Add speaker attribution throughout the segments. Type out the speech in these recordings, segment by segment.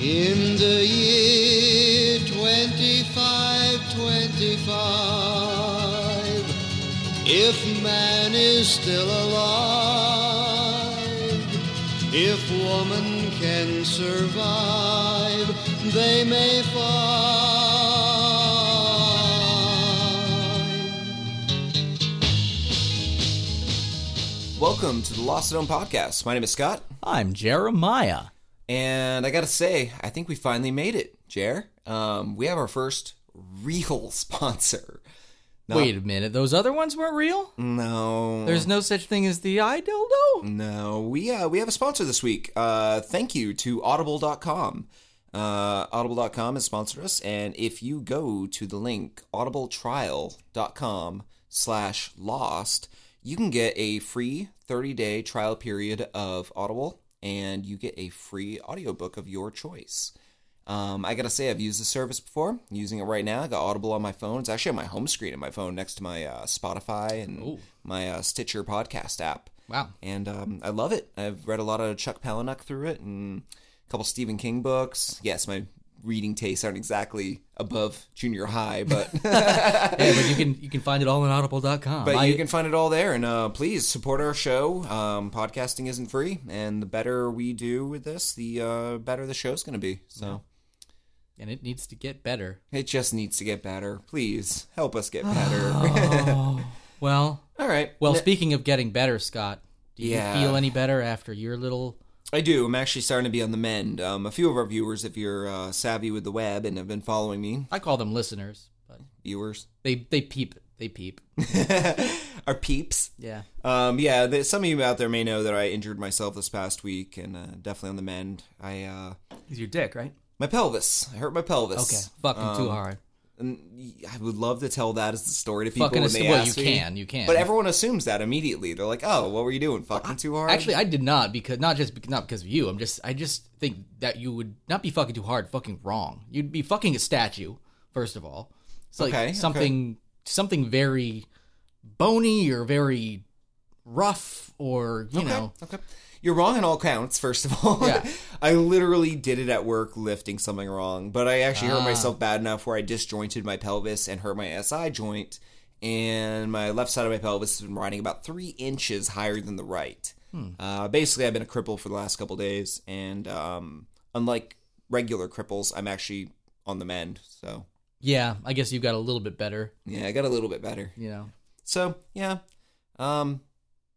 Speaker 1: In the year 2525, if man is still alive, if woman can survive, they may find.
Speaker 2: Welcome to the Lost and Own podcast. My name is Scott,
Speaker 3: I'm Jeremiah.
Speaker 2: and I gotta say, I think we finally made it, Jer. Um, we have our first real sponsor. No,
Speaker 3: Wait a minute, those other ones weren't real?
Speaker 2: no,
Speaker 3: There's no such thing as the eye dildo?
Speaker 2: no. We uh, we have a sponsor this week. Uh, thank you to Audible.com. Uh, Audible.com has sponsored us, and if you go to the link audibletrial.com/slash lost, you can get a free 30-day trial period of Audible, and you get a free audiobook of your choice. Um, I gotta say, I've used the service before. I'm using it right now. I got Audible on my phone. It's actually on my home screen on my phone, next to my uh, Spotify and my uh, Stitcher podcast app.
Speaker 3: Wow.
Speaker 2: And um, I love it. I've read a lot of Chuck Palahniuk through it, and a couple Stephen King books. Yes, my reading tastes aren't exactly above junior high, but
Speaker 3: Yeah, but you can you can find it all on audible.com.
Speaker 2: but
Speaker 3: I,
Speaker 2: you can find it all there. And uh, please support our show. Um, podcasting isn't free, and the better we do with this, the uh, better the show's going to be. So.
Speaker 3: and it needs to get better.
Speaker 2: It just needs to get better. Please help us get better.
Speaker 3: Well,
Speaker 2: All right.
Speaker 3: well, speaking of getting better, Scott, do you
Speaker 2: Yeah.
Speaker 3: feel any better after your little
Speaker 2: I do. I'm actually starting to be on the mend. Um, a few of our viewers, if you're uh, savvy with the web and have been following me,
Speaker 3: I call them listeners, but
Speaker 2: viewers
Speaker 3: they they peep, they peep.
Speaker 2: are peeps.
Speaker 3: Yeah.
Speaker 2: Um, yeah, th- some of you out there may know that I injured myself this past week, and uh, definitely on the mend. I uh,
Speaker 4: Is your dick right?
Speaker 2: my pelvis. I hurt my
Speaker 3: Okay.
Speaker 2: pelvis.
Speaker 3: Fucking too
Speaker 2: Um,
Speaker 3: hard.
Speaker 2: And I would love to tell that as the story to people
Speaker 3: Fucking
Speaker 2: when
Speaker 3: ass-
Speaker 2: they
Speaker 3: well,
Speaker 2: ask
Speaker 3: you
Speaker 2: me.
Speaker 3: can, you can.
Speaker 2: But everyone assumes that immediately. They're like, "Oh, what were you doing? Fucking too hard."
Speaker 3: Actually, I did not because not just bec- not because of you. I'm just I just think that you would not be fucking too hard, fucking wrong. You'd be fucking a statue first of all. It's like
Speaker 2: Okay, okay.
Speaker 3: something something very bony or very rough or you know
Speaker 2: Okay. You're wrong on all counts, first of all.
Speaker 3: Yeah.
Speaker 2: I literally did it at work lifting something wrong, but I actually
Speaker 3: Ah.
Speaker 2: hurt myself bad enough where I disjointed my pelvis and hurt my SI joint, and my left side of my pelvis has been riding about three inches higher than the right.
Speaker 3: Hmm.
Speaker 2: Uh, basically, I've been a cripple for the last couple days, and um, unlike regular cripples, I'm actually on the mend. So,
Speaker 3: yeah. I guess you got a little bit better.
Speaker 2: yeah, I got a little bit better.
Speaker 3: You know.
Speaker 2: So yeah, um,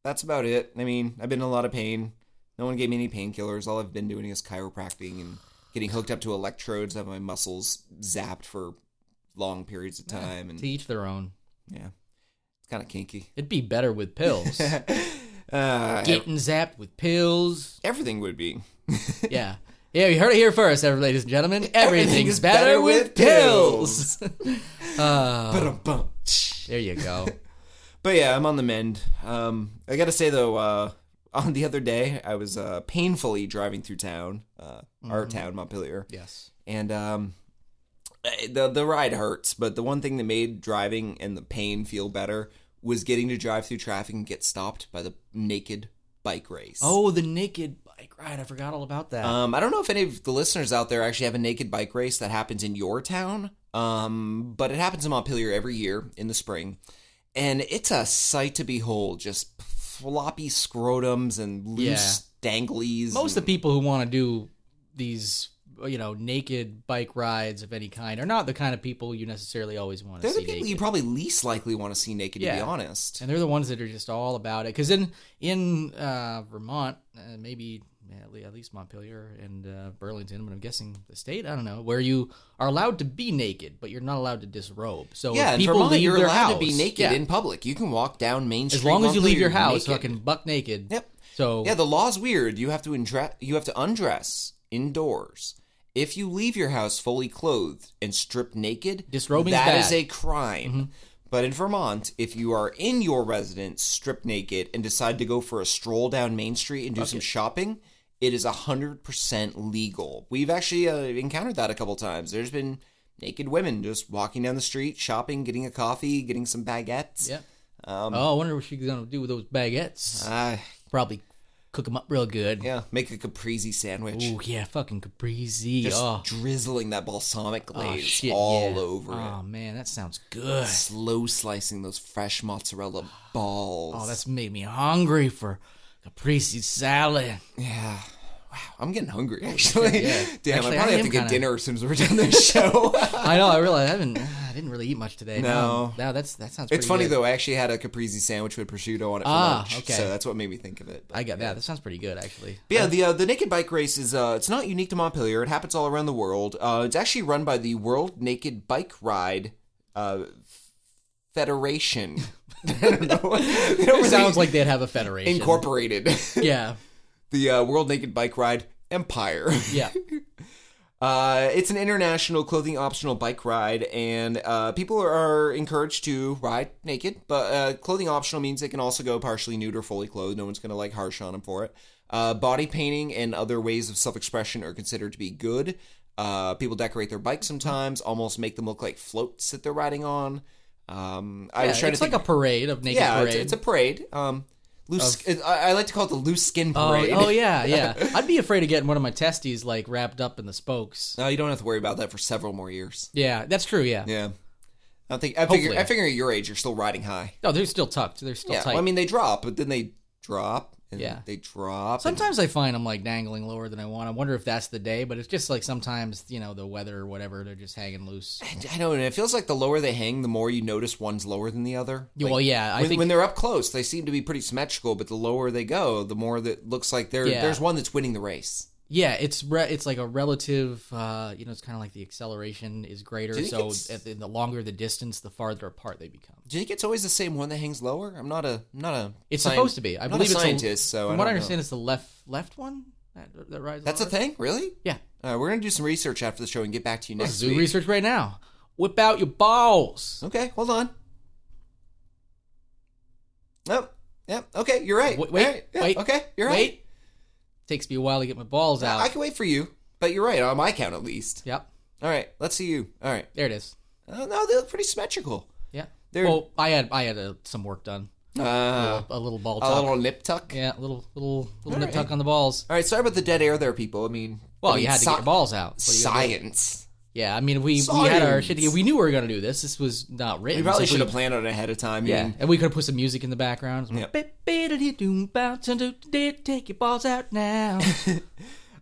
Speaker 2: that's about it. I mean, I've been in a lot of pain. No one gave me any painkillers. All I've been doing is chiropractic and getting hooked up to electrodes that have my muscles zapped for long periods of time. And
Speaker 3: To each their own.
Speaker 2: yeah, it's kind of kinky.
Speaker 3: It'd be better with pills.
Speaker 2: Uh,
Speaker 3: Getting zapped with pills.
Speaker 2: everything would be.
Speaker 3: Yeah. Yeah, you heard it here first, every- ladies and gentlemen. Everything's
Speaker 2: Everything's better
Speaker 3: better
Speaker 2: with Uh,
Speaker 3: with pills.
Speaker 2: Ba-dum-bum.
Speaker 3: there you go.
Speaker 2: But yeah, I'm on the mend. Um, I gotta say though, uh, on the other day, I was uh, painfully driving through town, uh, our town, Montpelier.
Speaker 3: Yes.
Speaker 2: and um eh, the the ride hurts but the one thing that made driving and the pain feel better was getting to drive through traffic and get stopped by the naked bike race
Speaker 3: Oh, the naked bike ride. I forgot all about that.
Speaker 2: um i don't know if any of the listeners out there actually have a naked bike race that happens in your town um but it happens in montpelier every year in the spring and it's a sight to behold just floppy scrotums and loose danglies
Speaker 3: Most
Speaker 2: and-
Speaker 3: of the people who want to do these, you know, naked bike rides of any kind are not the kind of people you necessarily always want to
Speaker 2: they're the
Speaker 3: see
Speaker 2: people
Speaker 3: naked.
Speaker 2: you probably least likely want to see naked to
Speaker 3: Yeah.
Speaker 2: be honest
Speaker 3: and they're the ones that are just all about it. Because in in uh, Vermont, uh, maybe at le- at least Montpelier and uh, Burlington, but I'm guessing the state, I don't know, where you are allowed to be naked, but you're not allowed to disrobe. So if
Speaker 2: Yeah, in
Speaker 3: people
Speaker 2: Vermont,
Speaker 3: leave
Speaker 2: you're
Speaker 3: their
Speaker 2: allowed
Speaker 3: house,
Speaker 2: to be naked
Speaker 3: yeah,
Speaker 2: in public. You can walk down Main Street
Speaker 3: as long as you leave
Speaker 2: Montpelier
Speaker 3: your house,
Speaker 2: naked.
Speaker 3: fucking buck naked.
Speaker 2: Yep.
Speaker 3: So
Speaker 2: Yeah, the law's weird. You have to undress. You have to undress indoors. If you leave your house fully clothed and stripped naked,
Speaker 3: Disrobing's
Speaker 2: that
Speaker 3: bad. Mm-hmm.
Speaker 2: is a crime. But in Vermont, if you are in your residence stripped naked and decide to go for a stroll down Main Street and do some shopping, it is 100% legal. We've actually uh, encountered that a couple times. There's been naked women just walking down the street, shopping, getting a coffee, getting some baguettes. Um,
Speaker 3: yeah. oh, I wonder what she's gonna do with those baguettes.
Speaker 2: Uh,
Speaker 3: Probably cook them up real good.
Speaker 2: Yeah, make a caprese sandwich.
Speaker 3: Ooh, yeah, fucking caprese.
Speaker 2: Just
Speaker 3: oh,
Speaker 2: drizzling that balsamic
Speaker 3: oh,
Speaker 2: glaze
Speaker 3: shit,
Speaker 2: all
Speaker 3: yeah.
Speaker 2: over
Speaker 3: Oh
Speaker 2: it.
Speaker 3: man, that sounds good.
Speaker 2: Slow slicing those fresh mozzarella balls.
Speaker 3: Oh, that's made me hungry for caprese salad.
Speaker 2: yeah. Wow, I'm getting hungry actually. Damn,
Speaker 3: Actually,
Speaker 2: I
Speaker 3: I
Speaker 2: probably
Speaker 3: am
Speaker 2: have to get
Speaker 3: kinda-
Speaker 2: dinner as soon as we're done this show.
Speaker 3: I know. I realize I haven't. I didn't really eat much today.
Speaker 2: No.
Speaker 3: no, that's that sounds.
Speaker 2: It's
Speaker 3: pretty
Speaker 2: funny
Speaker 3: good.
Speaker 2: though. I actually had a caprese sandwich with prosciutto on it for
Speaker 3: Ah,
Speaker 2: lunch,
Speaker 3: okay.
Speaker 2: so that's what made me think of it. But,
Speaker 3: I got that. That sounds pretty good actually.
Speaker 2: but yeah, the uh, the naked bike race is uh, it's not unique to Montpelier. It happens all around the world. Uh, it's actually run by the World Naked Bike Ride uh, Federation. I don't know. They
Speaker 3: It
Speaker 2: don't
Speaker 3: sounds
Speaker 2: really-
Speaker 3: like they'd have a federation.
Speaker 2: incorporated
Speaker 3: yeah,
Speaker 2: the uh, World Naked Bike Ride Empire.
Speaker 3: yeah.
Speaker 2: Uh, it's an international clothing optional bike ride, and uh, people are encouraged to ride naked. But uh, clothing optional means they can also go partially nude or fully clothed. No one's going to like harsh on them for it. Uh, body painting and other ways of self expression are considered to be good. Uh, people decorate their bikes sometimes, almost make them look like floats that they're riding on. Um, I was
Speaker 3: Yeah,
Speaker 2: trying
Speaker 3: it's
Speaker 2: to think.
Speaker 3: like a parade of naked
Speaker 2: yeah,
Speaker 3: parade.
Speaker 2: it's, it's a parade. Um, loose. I, I like to call it the loose skin
Speaker 3: Oh,
Speaker 2: parade.
Speaker 3: oh, yeah, yeah. I'd be afraid of getting one of my testes like wrapped up in the spokes.
Speaker 2: No, you don't have to worry about that for several more years.
Speaker 3: Yeah, that's true. Yeah.
Speaker 2: Yeah. I think I figure
Speaker 3: Hopefully.
Speaker 2: I figure at your age you're still riding high.
Speaker 3: No, they're still tucked. They're still
Speaker 2: Yeah.
Speaker 3: tight.
Speaker 2: Well, I mean they drop, but then they drop and
Speaker 3: Yeah.
Speaker 2: they drop. and-
Speaker 3: sometimes I find I'm like dangling lower than I want. I wonder if that's the day, but it's just like sometimes you know the weather or whatever. They're just hanging loose.
Speaker 2: I know, and it feels like the lower they hang, the more you notice one's lower than the other.
Speaker 3: Yeah,
Speaker 2: Like,
Speaker 3: well, yeah, I
Speaker 2: when,
Speaker 3: think-
Speaker 2: when they're up close, they seem to be pretty symmetrical. But the lower they go, the more that looks like there.
Speaker 3: Yeah.
Speaker 2: There's one that's winning the race.
Speaker 3: Yeah, it's re- it's like a relative. Uh, you know, it's kind of like the acceleration is greater.
Speaker 2: Do you
Speaker 3: So
Speaker 2: think it's-
Speaker 3: at the, the longer the distance, the farther apart they become.
Speaker 2: Do you think it's always the same one that hangs lower? I'm not a I'm not a.
Speaker 3: It's
Speaker 2: scien-
Speaker 3: supposed to be. I
Speaker 2: I'm
Speaker 3: believe it's
Speaker 2: not a
Speaker 3: a-
Speaker 2: scientist, so
Speaker 3: From what
Speaker 2: I don't
Speaker 3: I
Speaker 2: know.
Speaker 3: understand, it's the left left one that that rides.
Speaker 2: That's a
Speaker 3: lower?
Speaker 2: thing, really.
Speaker 3: Yeah,
Speaker 2: Uh, we're gonna do some research after the show and get back to you next
Speaker 3: let's do
Speaker 2: week.
Speaker 3: research right now. Whip out your balls.
Speaker 2: Okay, hold on. Nope. Yep. Okay, you're right.
Speaker 3: Wait, wait,
Speaker 2: All right, yeah,
Speaker 3: wait,
Speaker 2: Okay, you're right.
Speaker 3: Wait. Takes me a while to get my balls out.
Speaker 2: I can wait for you, but you're right on my count at least.
Speaker 3: Yep,
Speaker 2: All right, let's see you. All right.
Speaker 3: there it is.
Speaker 2: Oh, no, they look pretty symmetrical.
Speaker 3: Yeah.
Speaker 2: They're-
Speaker 3: Well, I had I had uh some work done.
Speaker 2: Uh,
Speaker 3: a little ball
Speaker 2: a
Speaker 3: tuck.
Speaker 2: little nip tuck.
Speaker 3: Oh, Yeah, a little little little nip
Speaker 2: right.
Speaker 3: tuck on the balls.
Speaker 2: All right. Sorry about the dead air there, people. I mean,
Speaker 3: Well,
Speaker 2: I mean,
Speaker 3: you had to
Speaker 2: sci-
Speaker 3: get your balls out. What are you gonna do?
Speaker 2: Science.
Speaker 3: Yeah, I mean, we, we had our shit
Speaker 2: Science.
Speaker 3: together. We knew we were going to do this. This was not written.
Speaker 2: We probably
Speaker 3: so
Speaker 2: should have planned on it ahead of time. I
Speaker 3: Yeah,
Speaker 2: mean,
Speaker 3: and we could have put some music in the background.
Speaker 2: Yep.
Speaker 3: Take your balls out now.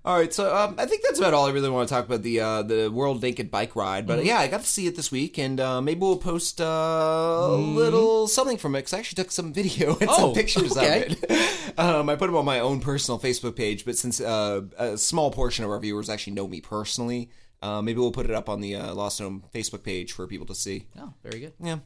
Speaker 2: All right, so um, I think that's about all I really want to talk about the uh, the World Naked Bike Ride.
Speaker 3: Mm-hmm.
Speaker 2: But yeah, I got to see it this week, and uh, maybe we'll post uh, a little something from it because I actually took some video and
Speaker 3: Mm-hmm. Oh,
Speaker 2: some pictures
Speaker 3: okay.
Speaker 2: of it. Um, I put them on my own personal Facebook page, but since uh, a small portion of our viewers actually know me personally, uh, maybe we'll put it up on the uh, Lost Home Facebook page for people to see.
Speaker 3: Oh, very good.
Speaker 2: Yeah.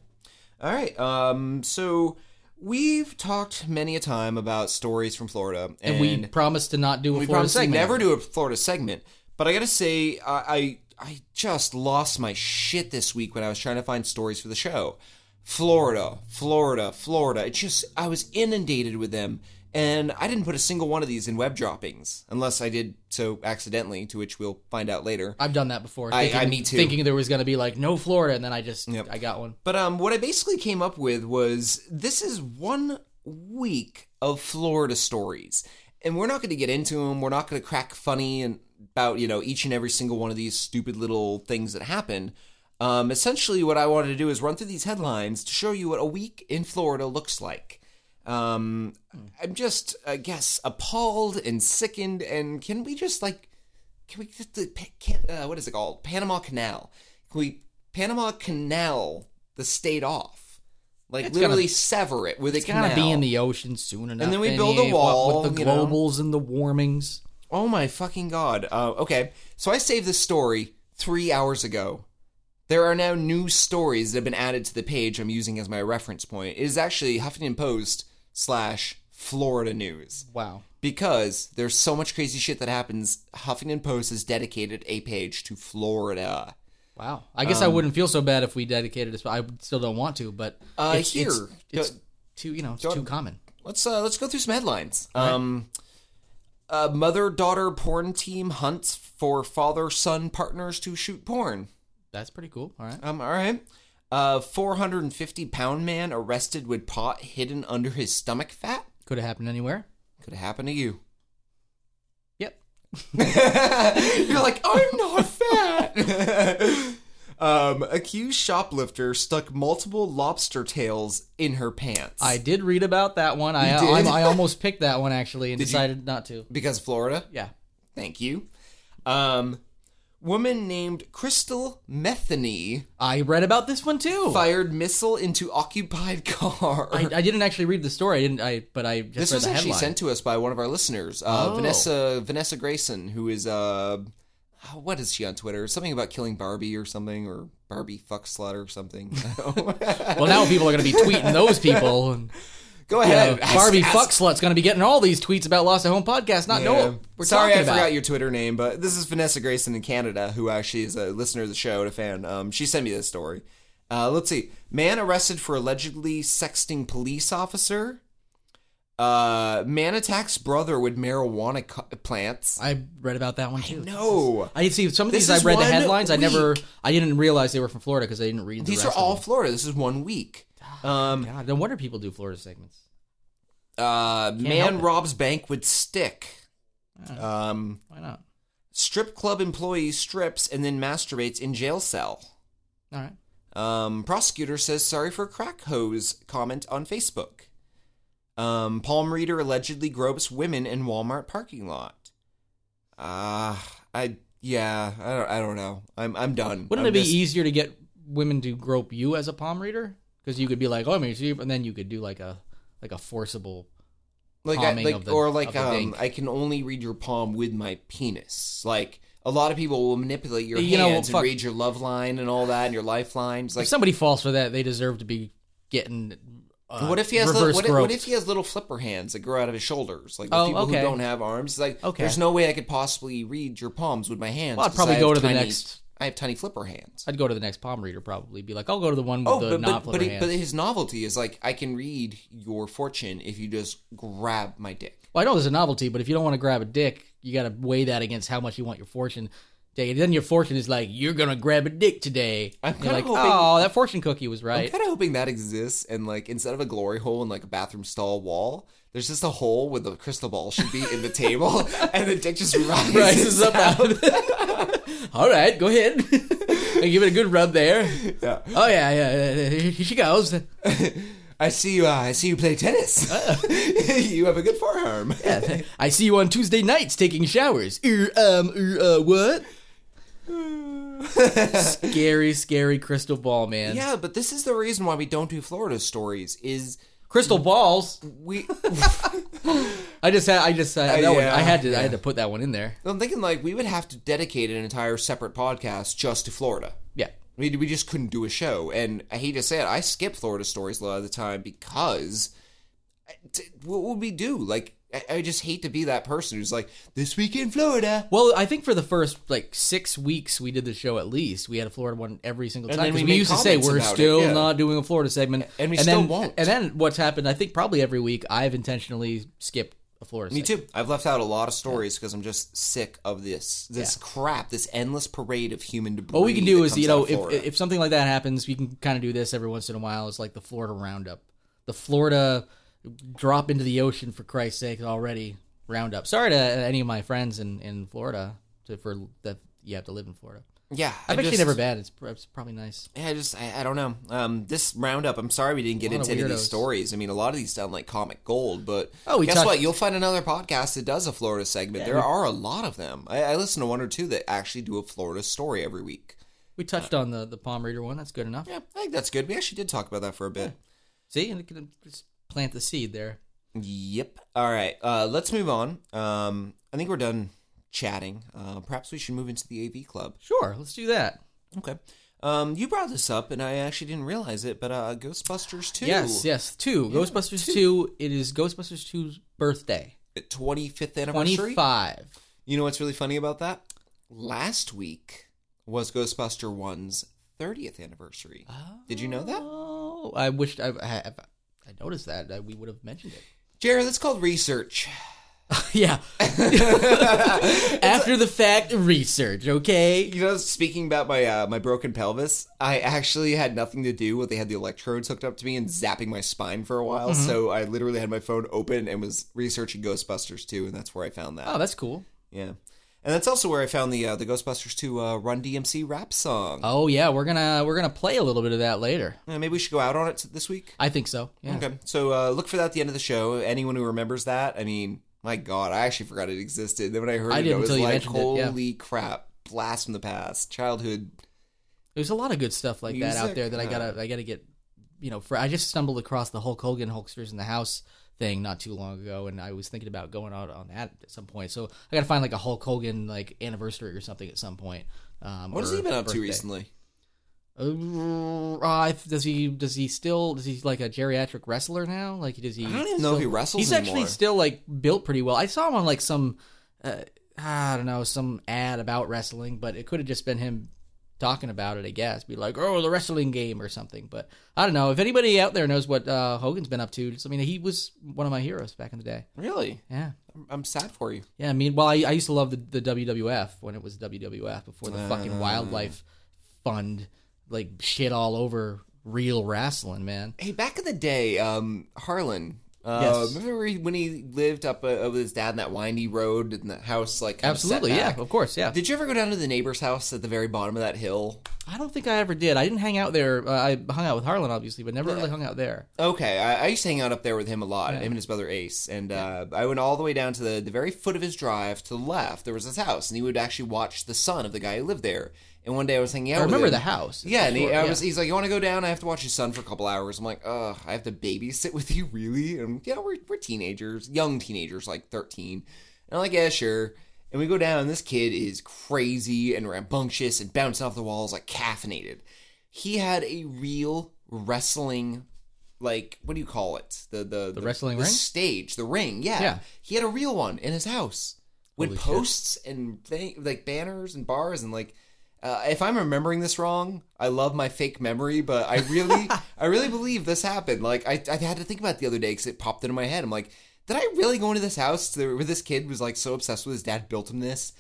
Speaker 2: All right. Um, so we've talked many a time about stories from Florida, and,
Speaker 3: And we promised to not do a
Speaker 2: we
Speaker 3: Florida
Speaker 2: promised to
Speaker 3: segment.
Speaker 2: never do a Florida segment. But I gotta say, I, I I just lost my shit this week when I was trying to find stories for the show. Florida, Florida, Florida. It just I was inundated with them, and I didn't put a single one of these in web droppings, unless I did so accidentally, to which we'll find out later.
Speaker 3: I've done that before.
Speaker 2: I-
Speaker 3: thinking,
Speaker 2: I- me too.
Speaker 3: Thinking there was going to be like no Florida, and then I just
Speaker 2: Yep.
Speaker 3: I got one.
Speaker 2: But um, what I basically came up with was this is one week of Florida stories, and we're not going to get into them. We're not going to crack funny and about you know each and every single one of these stupid little things that happened. Um, essentially, what I wanted to do is run through these headlines to show you what a week in Florida looks like. Um, I'm just, I guess, appalled and sickened. And can we just like can we just the pa- can, uh, what is it called panama canal can we panama canal the state off like
Speaker 3: It's
Speaker 2: literally sever it with a
Speaker 3: It's going
Speaker 2: canal
Speaker 3: to be in the ocean soon enough.
Speaker 2: then we
Speaker 3: anyway,
Speaker 2: build a wall,
Speaker 3: with the
Speaker 2: you know.
Speaker 3: globals and the warmings.
Speaker 2: oh my fucking god uh, okay so i saved this story three hours ago there are now new stories that have been added to the page i'm using as my reference point it is actually huffington post slash florida news
Speaker 3: Wow.
Speaker 2: because there's so much crazy shit that happens huffington post has dedicated a page to florida
Speaker 3: Wow. I guess
Speaker 2: Um,
Speaker 3: I wouldn't feel so bad if we dedicated this, but I still don't want to. But
Speaker 2: Uh,
Speaker 3: it's,
Speaker 2: here.
Speaker 3: it's, it's
Speaker 2: Go-
Speaker 3: too you know it's
Speaker 2: go-
Speaker 3: too common.
Speaker 2: let's uh, let's go through some headlines. Um, uh, mother daughter porn team hunts for father son partners to shoot porn.
Speaker 3: That's pretty cool. All right.
Speaker 2: Um, all right. Uh, 450 pound man arrested with pot hidden under his stomach fat.
Speaker 3: Could have happened anywhere.
Speaker 2: could happen to you.
Speaker 3: Yep.
Speaker 2: You're like, I'm not fat. um, accused shoplifter stuck multiple lobster tails in her pants.
Speaker 3: I did read about that one. I
Speaker 2: did?
Speaker 3: I, I almost picked that one actually and
Speaker 2: Did you-
Speaker 3: decided not to.
Speaker 2: because Florida.
Speaker 3: Yeah.
Speaker 2: Thank you. Um, woman named Crystal Metheny
Speaker 3: I read about this one too.
Speaker 2: fired missile into occupied car.
Speaker 3: I, I didn't actually read the story. I didn't. I but I just
Speaker 2: this
Speaker 3: read
Speaker 2: was
Speaker 3: the
Speaker 2: actually
Speaker 3: headline.
Speaker 2: sent to us by one of our listeners, uh,
Speaker 3: Oh.
Speaker 2: Vanessa Vanessa Grayson, who is uh, what is she on Twitter? Something about killing Barbie or something, or Barbie fuck slut or something.
Speaker 3: well, now people are going to be tweeting those people. And,
Speaker 2: Go
Speaker 3: you
Speaker 2: ahead,
Speaker 3: know,
Speaker 2: Ask-
Speaker 3: Barbie
Speaker 2: ask-
Speaker 3: fuck slut's going to be getting all these tweets about Lost at Home podcast, not know
Speaker 2: Yeah.
Speaker 3: what we're
Speaker 2: Sorry,
Speaker 3: talking
Speaker 2: I
Speaker 3: about.
Speaker 2: forgot your Twitter name, but this is Vanessa Grayson in Canada, who actually is a listener of the show and a fan. Um, she sent me this story. Uh, let's see. Man arrested for allegedly sexting police officer. Uh, man attacks brother with marijuana co- plants.
Speaker 3: I read about that one too.
Speaker 2: no.
Speaker 3: I see some of
Speaker 2: This
Speaker 3: these. I
Speaker 2: is
Speaker 3: read the
Speaker 2: one
Speaker 3: headlines. I never.
Speaker 2: week.
Speaker 3: I didn't realize they were from Florida because I didn't read. The
Speaker 2: These are
Speaker 3: rest
Speaker 2: all
Speaker 3: Of
Speaker 2: Florida. This is one week. Um,
Speaker 3: them. God, no wonder people do Florida segments.
Speaker 2: uh,
Speaker 3: help
Speaker 2: man
Speaker 3: it.
Speaker 2: robs bank with stick. Um,
Speaker 3: Why not?
Speaker 2: strip club employee strips and then masturbates in jail cell.
Speaker 3: All right.
Speaker 2: Um, prosecutor says sorry for crack hose comment on Facebook. Um, palm reader allegedly gropes women in Walmart parking lot. Ah, I yeah, I don't, I don't know. I'm I'm done.
Speaker 3: Wouldn't
Speaker 2: I'm
Speaker 3: it be e-
Speaker 2: just-
Speaker 3: easier to get women to grope you as a palm reader? Because you could be like, "Oh, I'm gonna see," and then you could do like a like a forcible.
Speaker 2: like I,
Speaker 3: palming
Speaker 2: like
Speaker 3: of the-
Speaker 2: or
Speaker 3: of
Speaker 2: like
Speaker 3: the
Speaker 2: um
Speaker 3: dink?
Speaker 2: I can only read your palm with my penis. Like a lot of people will manipulate your
Speaker 3: You know,
Speaker 2: hands
Speaker 3: fuck.
Speaker 2: and read your love line and all that and your lifelines. Like
Speaker 3: if somebody falls for that, they deserve to be getting. Uh,
Speaker 2: What if he has little,
Speaker 3: reverse
Speaker 2: what, if, what
Speaker 3: groped.
Speaker 2: if he has little flipper hands that grow out of his shoulders? Like the
Speaker 3: Oh,
Speaker 2: people
Speaker 3: okay.
Speaker 2: who don't have arms. It's like
Speaker 3: Okay.
Speaker 2: there's no way I could possibly read your palms with my hands.
Speaker 3: Well, I'd
Speaker 2: 'cause
Speaker 3: probably
Speaker 2: I
Speaker 3: go
Speaker 2: have
Speaker 3: to the
Speaker 2: tiny-
Speaker 3: next-
Speaker 2: I have tiny flipper hands.
Speaker 3: I'd go to the next palm reader probably. Be like, I'll go to the one with
Speaker 2: Oh,
Speaker 3: the
Speaker 2: but
Speaker 3: not
Speaker 2: but but,
Speaker 3: flipper
Speaker 2: he,
Speaker 3: hands.
Speaker 2: but his novelty is like I can read your fortune if you just grab my dick.
Speaker 3: well, I know there's a novelty, but if you don't want to grab a dick, you got to weigh that against how much you want your fortune. Day. Then your fortune is like, you're gonna grab a dick today.
Speaker 2: I'm
Speaker 3: You're
Speaker 2: kinda
Speaker 3: like,
Speaker 2: hoping-
Speaker 3: oh, that fortune cookie was
Speaker 2: I'm
Speaker 3: right.
Speaker 2: kind of hoping that exists, and like instead of a glory hole in like a bathroom stall wall, there's just a hole where the crystal ball should be in the table, and the dick just rises,
Speaker 3: rises up
Speaker 2: up.
Speaker 3: out of it. All right, go ahead. and give it a good rub there.
Speaker 2: Yeah.
Speaker 3: Oh yeah, yeah, yeah, yeah. Here she goes.
Speaker 2: I see you. Uh, I see you play tennis.
Speaker 3: Uh.
Speaker 2: you have a good forearm.
Speaker 3: I see you on Tuesday nights taking showers. Er, um, er, uh, what? scary, scary crystal ball, man.
Speaker 2: Yeah, but this is the reason why we don't do Florida stories. Is Mm-hmm.
Speaker 3: Crystal balls.
Speaker 2: we?
Speaker 3: I just had, I just had that
Speaker 2: Uh,
Speaker 3: one.
Speaker 2: yeah,
Speaker 3: I had to, I
Speaker 2: yeah.
Speaker 3: had to put that one in there.
Speaker 2: I'm thinking like we would have to dedicate an entire separate podcast just to Florida.
Speaker 3: Yeah.
Speaker 2: We we just couldn't do a show, and I hate to say it, I skip Florida stories a lot of the time because t- what would we do? Like, I, I just hate to be that person who's like this week in Florida.
Speaker 3: Well, I think for the first like six weeks we did the show at least we had a Florida one every single
Speaker 2: And
Speaker 3: time
Speaker 2: then
Speaker 3: because
Speaker 2: we
Speaker 3: we,
Speaker 2: made
Speaker 3: used to say
Speaker 2: comments
Speaker 3: we're
Speaker 2: about it,
Speaker 3: still
Speaker 2: yeah.
Speaker 3: not doing a Florida segment,
Speaker 2: And we still
Speaker 3: then,
Speaker 2: won't.
Speaker 3: And then what's happened? I think probably every week I've intentionally skipped a Florida.
Speaker 2: Me
Speaker 3: segment.
Speaker 2: too. I've left out a lot of stories because I'm just sick of this this crap, this endless parade of human debris.
Speaker 3: What we can do
Speaker 2: that
Speaker 3: is
Speaker 2: comes
Speaker 3: you
Speaker 2: out
Speaker 3: know
Speaker 2: of
Speaker 3: if
Speaker 2: Florida.
Speaker 3: if something like that happens, we can kind of do this every once in a while. It's like the Florida Roundup, the Florida drop into the ocean for Christ's sake already Roundup. Sorry to any of my friends in in Florida to, for that you have to live in Florida.
Speaker 2: yeah,
Speaker 3: I've
Speaker 2: I
Speaker 3: actually
Speaker 2: just-
Speaker 3: never been. It's, pr- it's probably nice.
Speaker 2: Yeah, I just I, I don't know. Um, this roundup, I'm sorry we didn't get
Speaker 3: lot of
Speaker 2: into any of
Speaker 3: weirdos.
Speaker 2: these stories. I mean, a lot of these sound like comic gold, but
Speaker 3: Oh, we
Speaker 2: guess
Speaker 3: talked-
Speaker 2: what? You'll find another podcast that does a Florida segment. there are a lot of them. I, I listen to one or two that actually do a Florida story every week.
Speaker 3: We touched on the the palm reader one. That's good enough.
Speaker 2: Uh, Yeah, I think that's good. We actually did talk about that for a bit.
Speaker 3: See, and it can just plant the seed there.
Speaker 2: Yep. All right. Uh, let's move on. Um, I think we're done chatting. Uh, perhaps we should move into the AV Club.
Speaker 3: Sure, let's do that.
Speaker 2: Okay. Um, you brought this up, and I actually didn't realize it, but uh, Ghostbusters two.
Speaker 3: Yes, yes, two Ghostbusters two. It is Ghostbusters 2's birthday,
Speaker 2: 25th
Speaker 3: twenty
Speaker 2: anniversary.
Speaker 3: five.
Speaker 2: You know what's really funny about that? Last week was Ghostbuster 1's 30th anniversary. Did you know that?
Speaker 3: Oh, I wished I I, I noticed that I, we would have mentioned it.
Speaker 2: Jared, that's called research.
Speaker 3: yeah. After the fact research, okay?
Speaker 2: You know, speaking about my uh, my broken pelvis, I actually had nothing to do with they had the electrodes hooked up to me and
Speaker 3: Mm-hmm.
Speaker 2: zapping my spine for a while. So I literally had my phone open and was researching Ghostbusters 2, and that's where I found that.
Speaker 3: Oh, that's cool.
Speaker 2: Yeah, and that's also where I found the uh, the Ghostbusters 2 uh, Run DMC rap song.
Speaker 3: Oh yeah, we're gonna we're gonna play a little bit of that later.
Speaker 2: Yeah, maybe we should go out on it this week.
Speaker 3: I think so. Yeah.
Speaker 2: Okay, so uh, look for that at the end of the show. Anyone who remembers that, I mean, my God, I actually forgot it existed. Then when I heard
Speaker 3: I
Speaker 2: it, I
Speaker 3: didn't
Speaker 2: was
Speaker 3: until you
Speaker 2: like,
Speaker 3: mentioned it, yeah.
Speaker 2: holy crap, blast from the past, childhood.
Speaker 3: There's a lot of good stuff like that out
Speaker 2: Music,
Speaker 3: there that I
Speaker 2: huh?
Speaker 3: gotta I gotta get. You know, for, I just stumbled across the Hulk Hogan Hulksters in the House thing not too long ago, and I was thinking about going out on that at some point. So I gotta find like a Hulk Hogan like anniversary or something at some point. Um,
Speaker 2: What has
Speaker 3: or
Speaker 2: he been up
Speaker 3: birthday.
Speaker 2: to recently?
Speaker 3: Uh, I- does he does he still does he like a geriatric wrestler now? Like does he?
Speaker 2: I don't even know if he wrestles
Speaker 3: He's
Speaker 2: anymore.
Speaker 3: actually still like built pretty well. I saw him on like some uh, I don't know some ad about wrestling, but it could have just been him talking about it. I guess be like oh the wrestling game or something. But I don't know if anybody out there knows what uh, Hogan's been up to. Just, I mean he was one of my heroes back in the day.
Speaker 2: Really?
Speaker 3: Yeah.
Speaker 2: I'm, I'm sad for you.
Speaker 3: Yeah, I mean, well, I, I used to love the, the WWF when it was WWF before the
Speaker 2: Ah.
Speaker 3: fucking wildlife fund like shit all over real wrestling, man.
Speaker 2: Hey, back in the day, um, Harlan. Uh,
Speaker 3: Yes.
Speaker 2: Remember he- when he lived up uh, with his dad in that windy road in that house, like kind of set
Speaker 3: Absolutely, yeah,
Speaker 2: back?
Speaker 3: of course, yeah.
Speaker 2: Did you ever go down to the neighbor's house at the very bottom of that hill?
Speaker 3: I don't think I ever did. I didn't hang out there. Uh, I hung out with Harlan obviously, but never really hung out there.
Speaker 2: Okay, I, I used to hang out up there with him a lot, him and his brother Ace, and uh, I went all the way down to the, the very foot of his drive to the left. There was his house, and he would actually watch the son of the guy who lived there. And one day I was hanging out.
Speaker 3: I
Speaker 2: with
Speaker 3: remember
Speaker 2: him.
Speaker 3: the house.
Speaker 2: Yeah, and he,
Speaker 3: Sure,
Speaker 2: I
Speaker 3: yeah.
Speaker 2: was, he's like, "You want to go down? I have to watch your son for a couple hours." I'm like, "Ugh, I have to babysit with you, really?" And yeah, we're we're teenagers, young teenagers, like 13. And I'm like, "Yeah, sure." And we go down, and this kid is crazy and rambunctious and bouncing off the walls like caffeinated. He had a real wrestling, like what do you call it? The the the
Speaker 3: wrestling
Speaker 2: the
Speaker 3: ring?
Speaker 2: stage, the ring. Yeah,
Speaker 3: Yeah.
Speaker 2: he had a real one in his house with
Speaker 3: Holy shit.
Speaker 2: posts and thing, like banners and bars and like uh, if I'm remembering this wrong, I love my fake memory, but I really, I really believe this happened. Like I, I had to think about it the other day because it popped into my head. I'm like, did I really go into this house to- where this kid was like so obsessed with his dad built him this?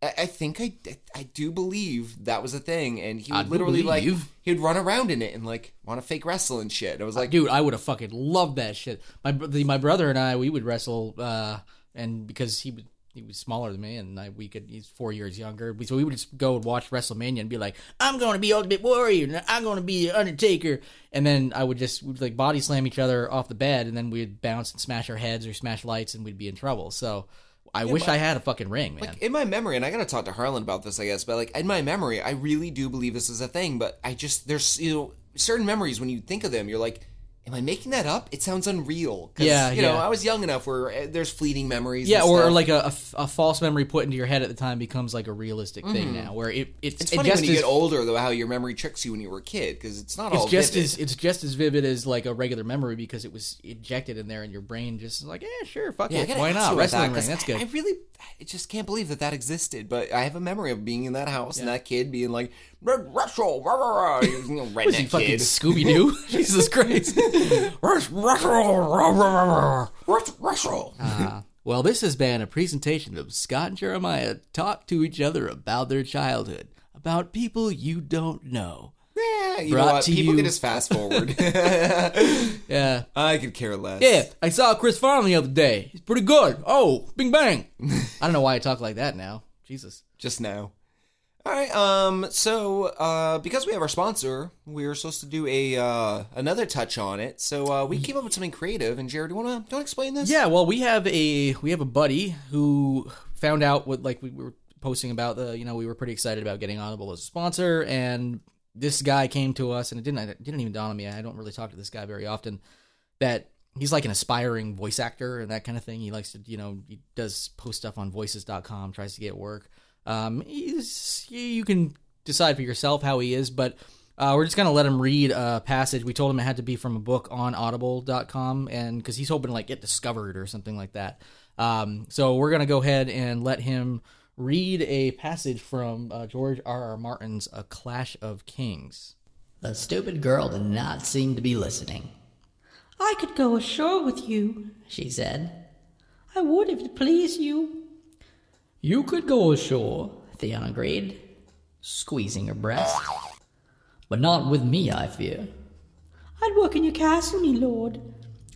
Speaker 2: I, I think I, I do believe that was a thing, and he would
Speaker 3: I do
Speaker 2: literally like
Speaker 3: believe.
Speaker 2: he'd run around in it and like want to fake wrestle and shit. I was like,
Speaker 3: dude, I would have fucking loved that shit. My br- the, my brother and I, we would wrestle, uh, and because he would. He was smaller than me, and I, we could. He's four years younger, We- so we would just go and watch WrestleMania and be like, "I'm going to be Ultimate Warrior, and I'm going to be the Undertaker," and then I would just we'd like body slam each other off the bed, and then we'd bounce and smash our heads or smash lights, and we'd be in trouble. So I wish I had a fucking ring, man.
Speaker 2: in my memory, and I gotta talk to Harlan about this, I guess, but like in my memory, I really do believe this is a thing. But I just there's you know certain memories when you think of them, you're like, am I making that up? It sounds unreal. 'Cause,
Speaker 3: Yeah,
Speaker 2: you know,
Speaker 3: yeah.
Speaker 2: I was young enough where uh, there's fleeting memories.
Speaker 3: yeah,
Speaker 2: and
Speaker 3: or, or
Speaker 2: stuff.
Speaker 3: like a, a f- a false memory put into your head at the time becomes like a realistic thing now, where it it's,
Speaker 2: Mm-hmm. it's
Speaker 3: it
Speaker 2: funny
Speaker 3: just
Speaker 2: when you
Speaker 3: is
Speaker 2: get older though how your memory tricks you when you were a kid because it's not all
Speaker 3: it's just
Speaker 2: Oh, vivid.
Speaker 3: as it's just as vivid as like a regular memory because it was injected in there and your brain just is like yeah sure fuck
Speaker 2: Yeah, I
Speaker 3: it
Speaker 2: gotta
Speaker 3: why
Speaker 2: ask
Speaker 3: not
Speaker 2: you about
Speaker 3: wrestling
Speaker 2: that,
Speaker 3: ring
Speaker 2: 'cause
Speaker 3: that's good
Speaker 2: I, I really, I just can't believe that that existed. But I have a memory of being in that house and that kid being like, "Red Russell, rah, rah, rah," he was, you know, redneck
Speaker 3: was he fucking
Speaker 2: kid.
Speaker 3: Scooby Doo Jesus Christ
Speaker 2: Red Russell, Red Russell.
Speaker 3: Uh, well this has been a presentation of Scott and Jeremiah talk to each other about their childhood about people you don't know
Speaker 2: Yeah, you
Speaker 3: Brought
Speaker 2: know what?
Speaker 3: to
Speaker 2: People
Speaker 3: you-
Speaker 2: can just fast forward.
Speaker 3: yeah
Speaker 2: I could care less.
Speaker 3: yeah I saw Chris Farley the other day he's pretty good oh Bing Bang I don't know why I talk like that now Jesus
Speaker 2: Just now. All right. Um. So, uh, because we have our sponsor, we were supposed to do a uh another touch on it. So uh, we came up with something creative. And Jared, you wanna don't explain this?
Speaker 3: Yeah, well, we have a we have a buddy who found out what like we were posting about the you know we were pretty excited about getting Audible as a sponsor, and this guy came to us, and it didn't it didn't even dawn on me. I don't really talk to this guy very often. That he's like an aspiring voice actor and that kind of thing. He likes to you know he does post stuff on Voices.com, tries to get work. Um, he's you can decide for yourself how he is, but uh, we're just going to let him read a passage. We told him it had to be from a book on audible.com and because he's hoping to like get discovered or something like that. Um, so we're going to go ahead and let him read a passage from uh, George R. R. Martin's A Clash of Kings.
Speaker 4: The stupid girl did not seem to be listening,
Speaker 5: I could go ashore with you,
Speaker 4: she said. I would if it pleased you. You could go ashore, Theon agreed, squeezing her breast. But not with me, I fear.
Speaker 5: I'd work in your castle, me lord.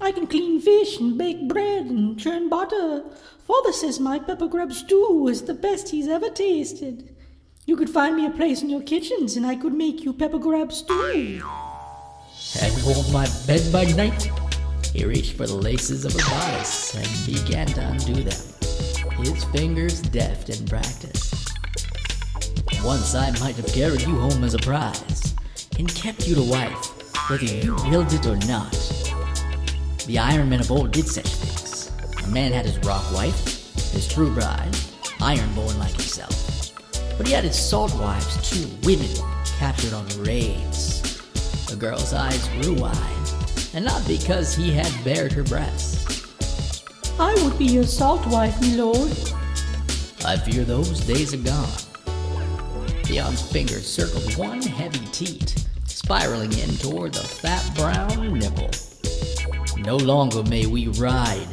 Speaker 5: I can clean fish and bake bread and churn butter. Father says my pepper grub stew is the best he's ever tasted. You could find me a place in your kitchens and I could make you pepper grub stew.
Speaker 4: and hold my bed by night. He reached for the laces of a bodice and began to undo them, his fingers deft in practice. Once I might have carried you home as a prize and kept you to wife, whether you willed it or not. The Iron Men of old did such things. A man had his rock wife, his true bride, iron born like himself. But he had his salt wives, two women captured on raids. The girl's eyes grew wide, and not because he had bared her breasts.
Speaker 5: I would be your salt wife, me lord.
Speaker 4: I fear those days are gone. Theon's fingers circled one heavy teat, spiraling in toward the fat brown nipple. No longer may we ride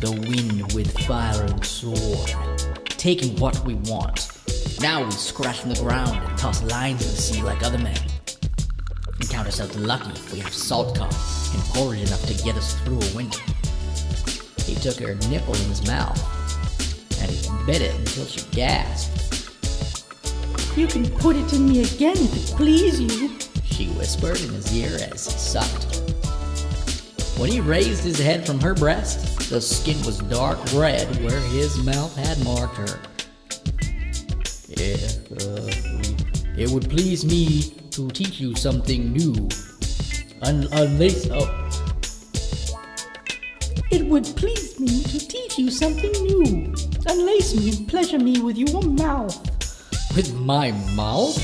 Speaker 4: the wind with fire and sword, taking what we want. Now we scratch the ground and toss lines in the sea like other men. and count ourselves lucky if we have salt cod and porridge enough to get us through a winter. He took her nipple in his mouth and he bit it until she gasped.
Speaker 5: You can put it in me again if it please you.
Speaker 4: She whispered in his ear as he sucked. When he raised his head from her breast, the skin was dark red where his mouth had marked her. If uh, it would please me to teach you something new, un- unless oh,
Speaker 5: It would please me to teach you something new. Unlace me and pleasure me with your mouth.
Speaker 4: With my mouth?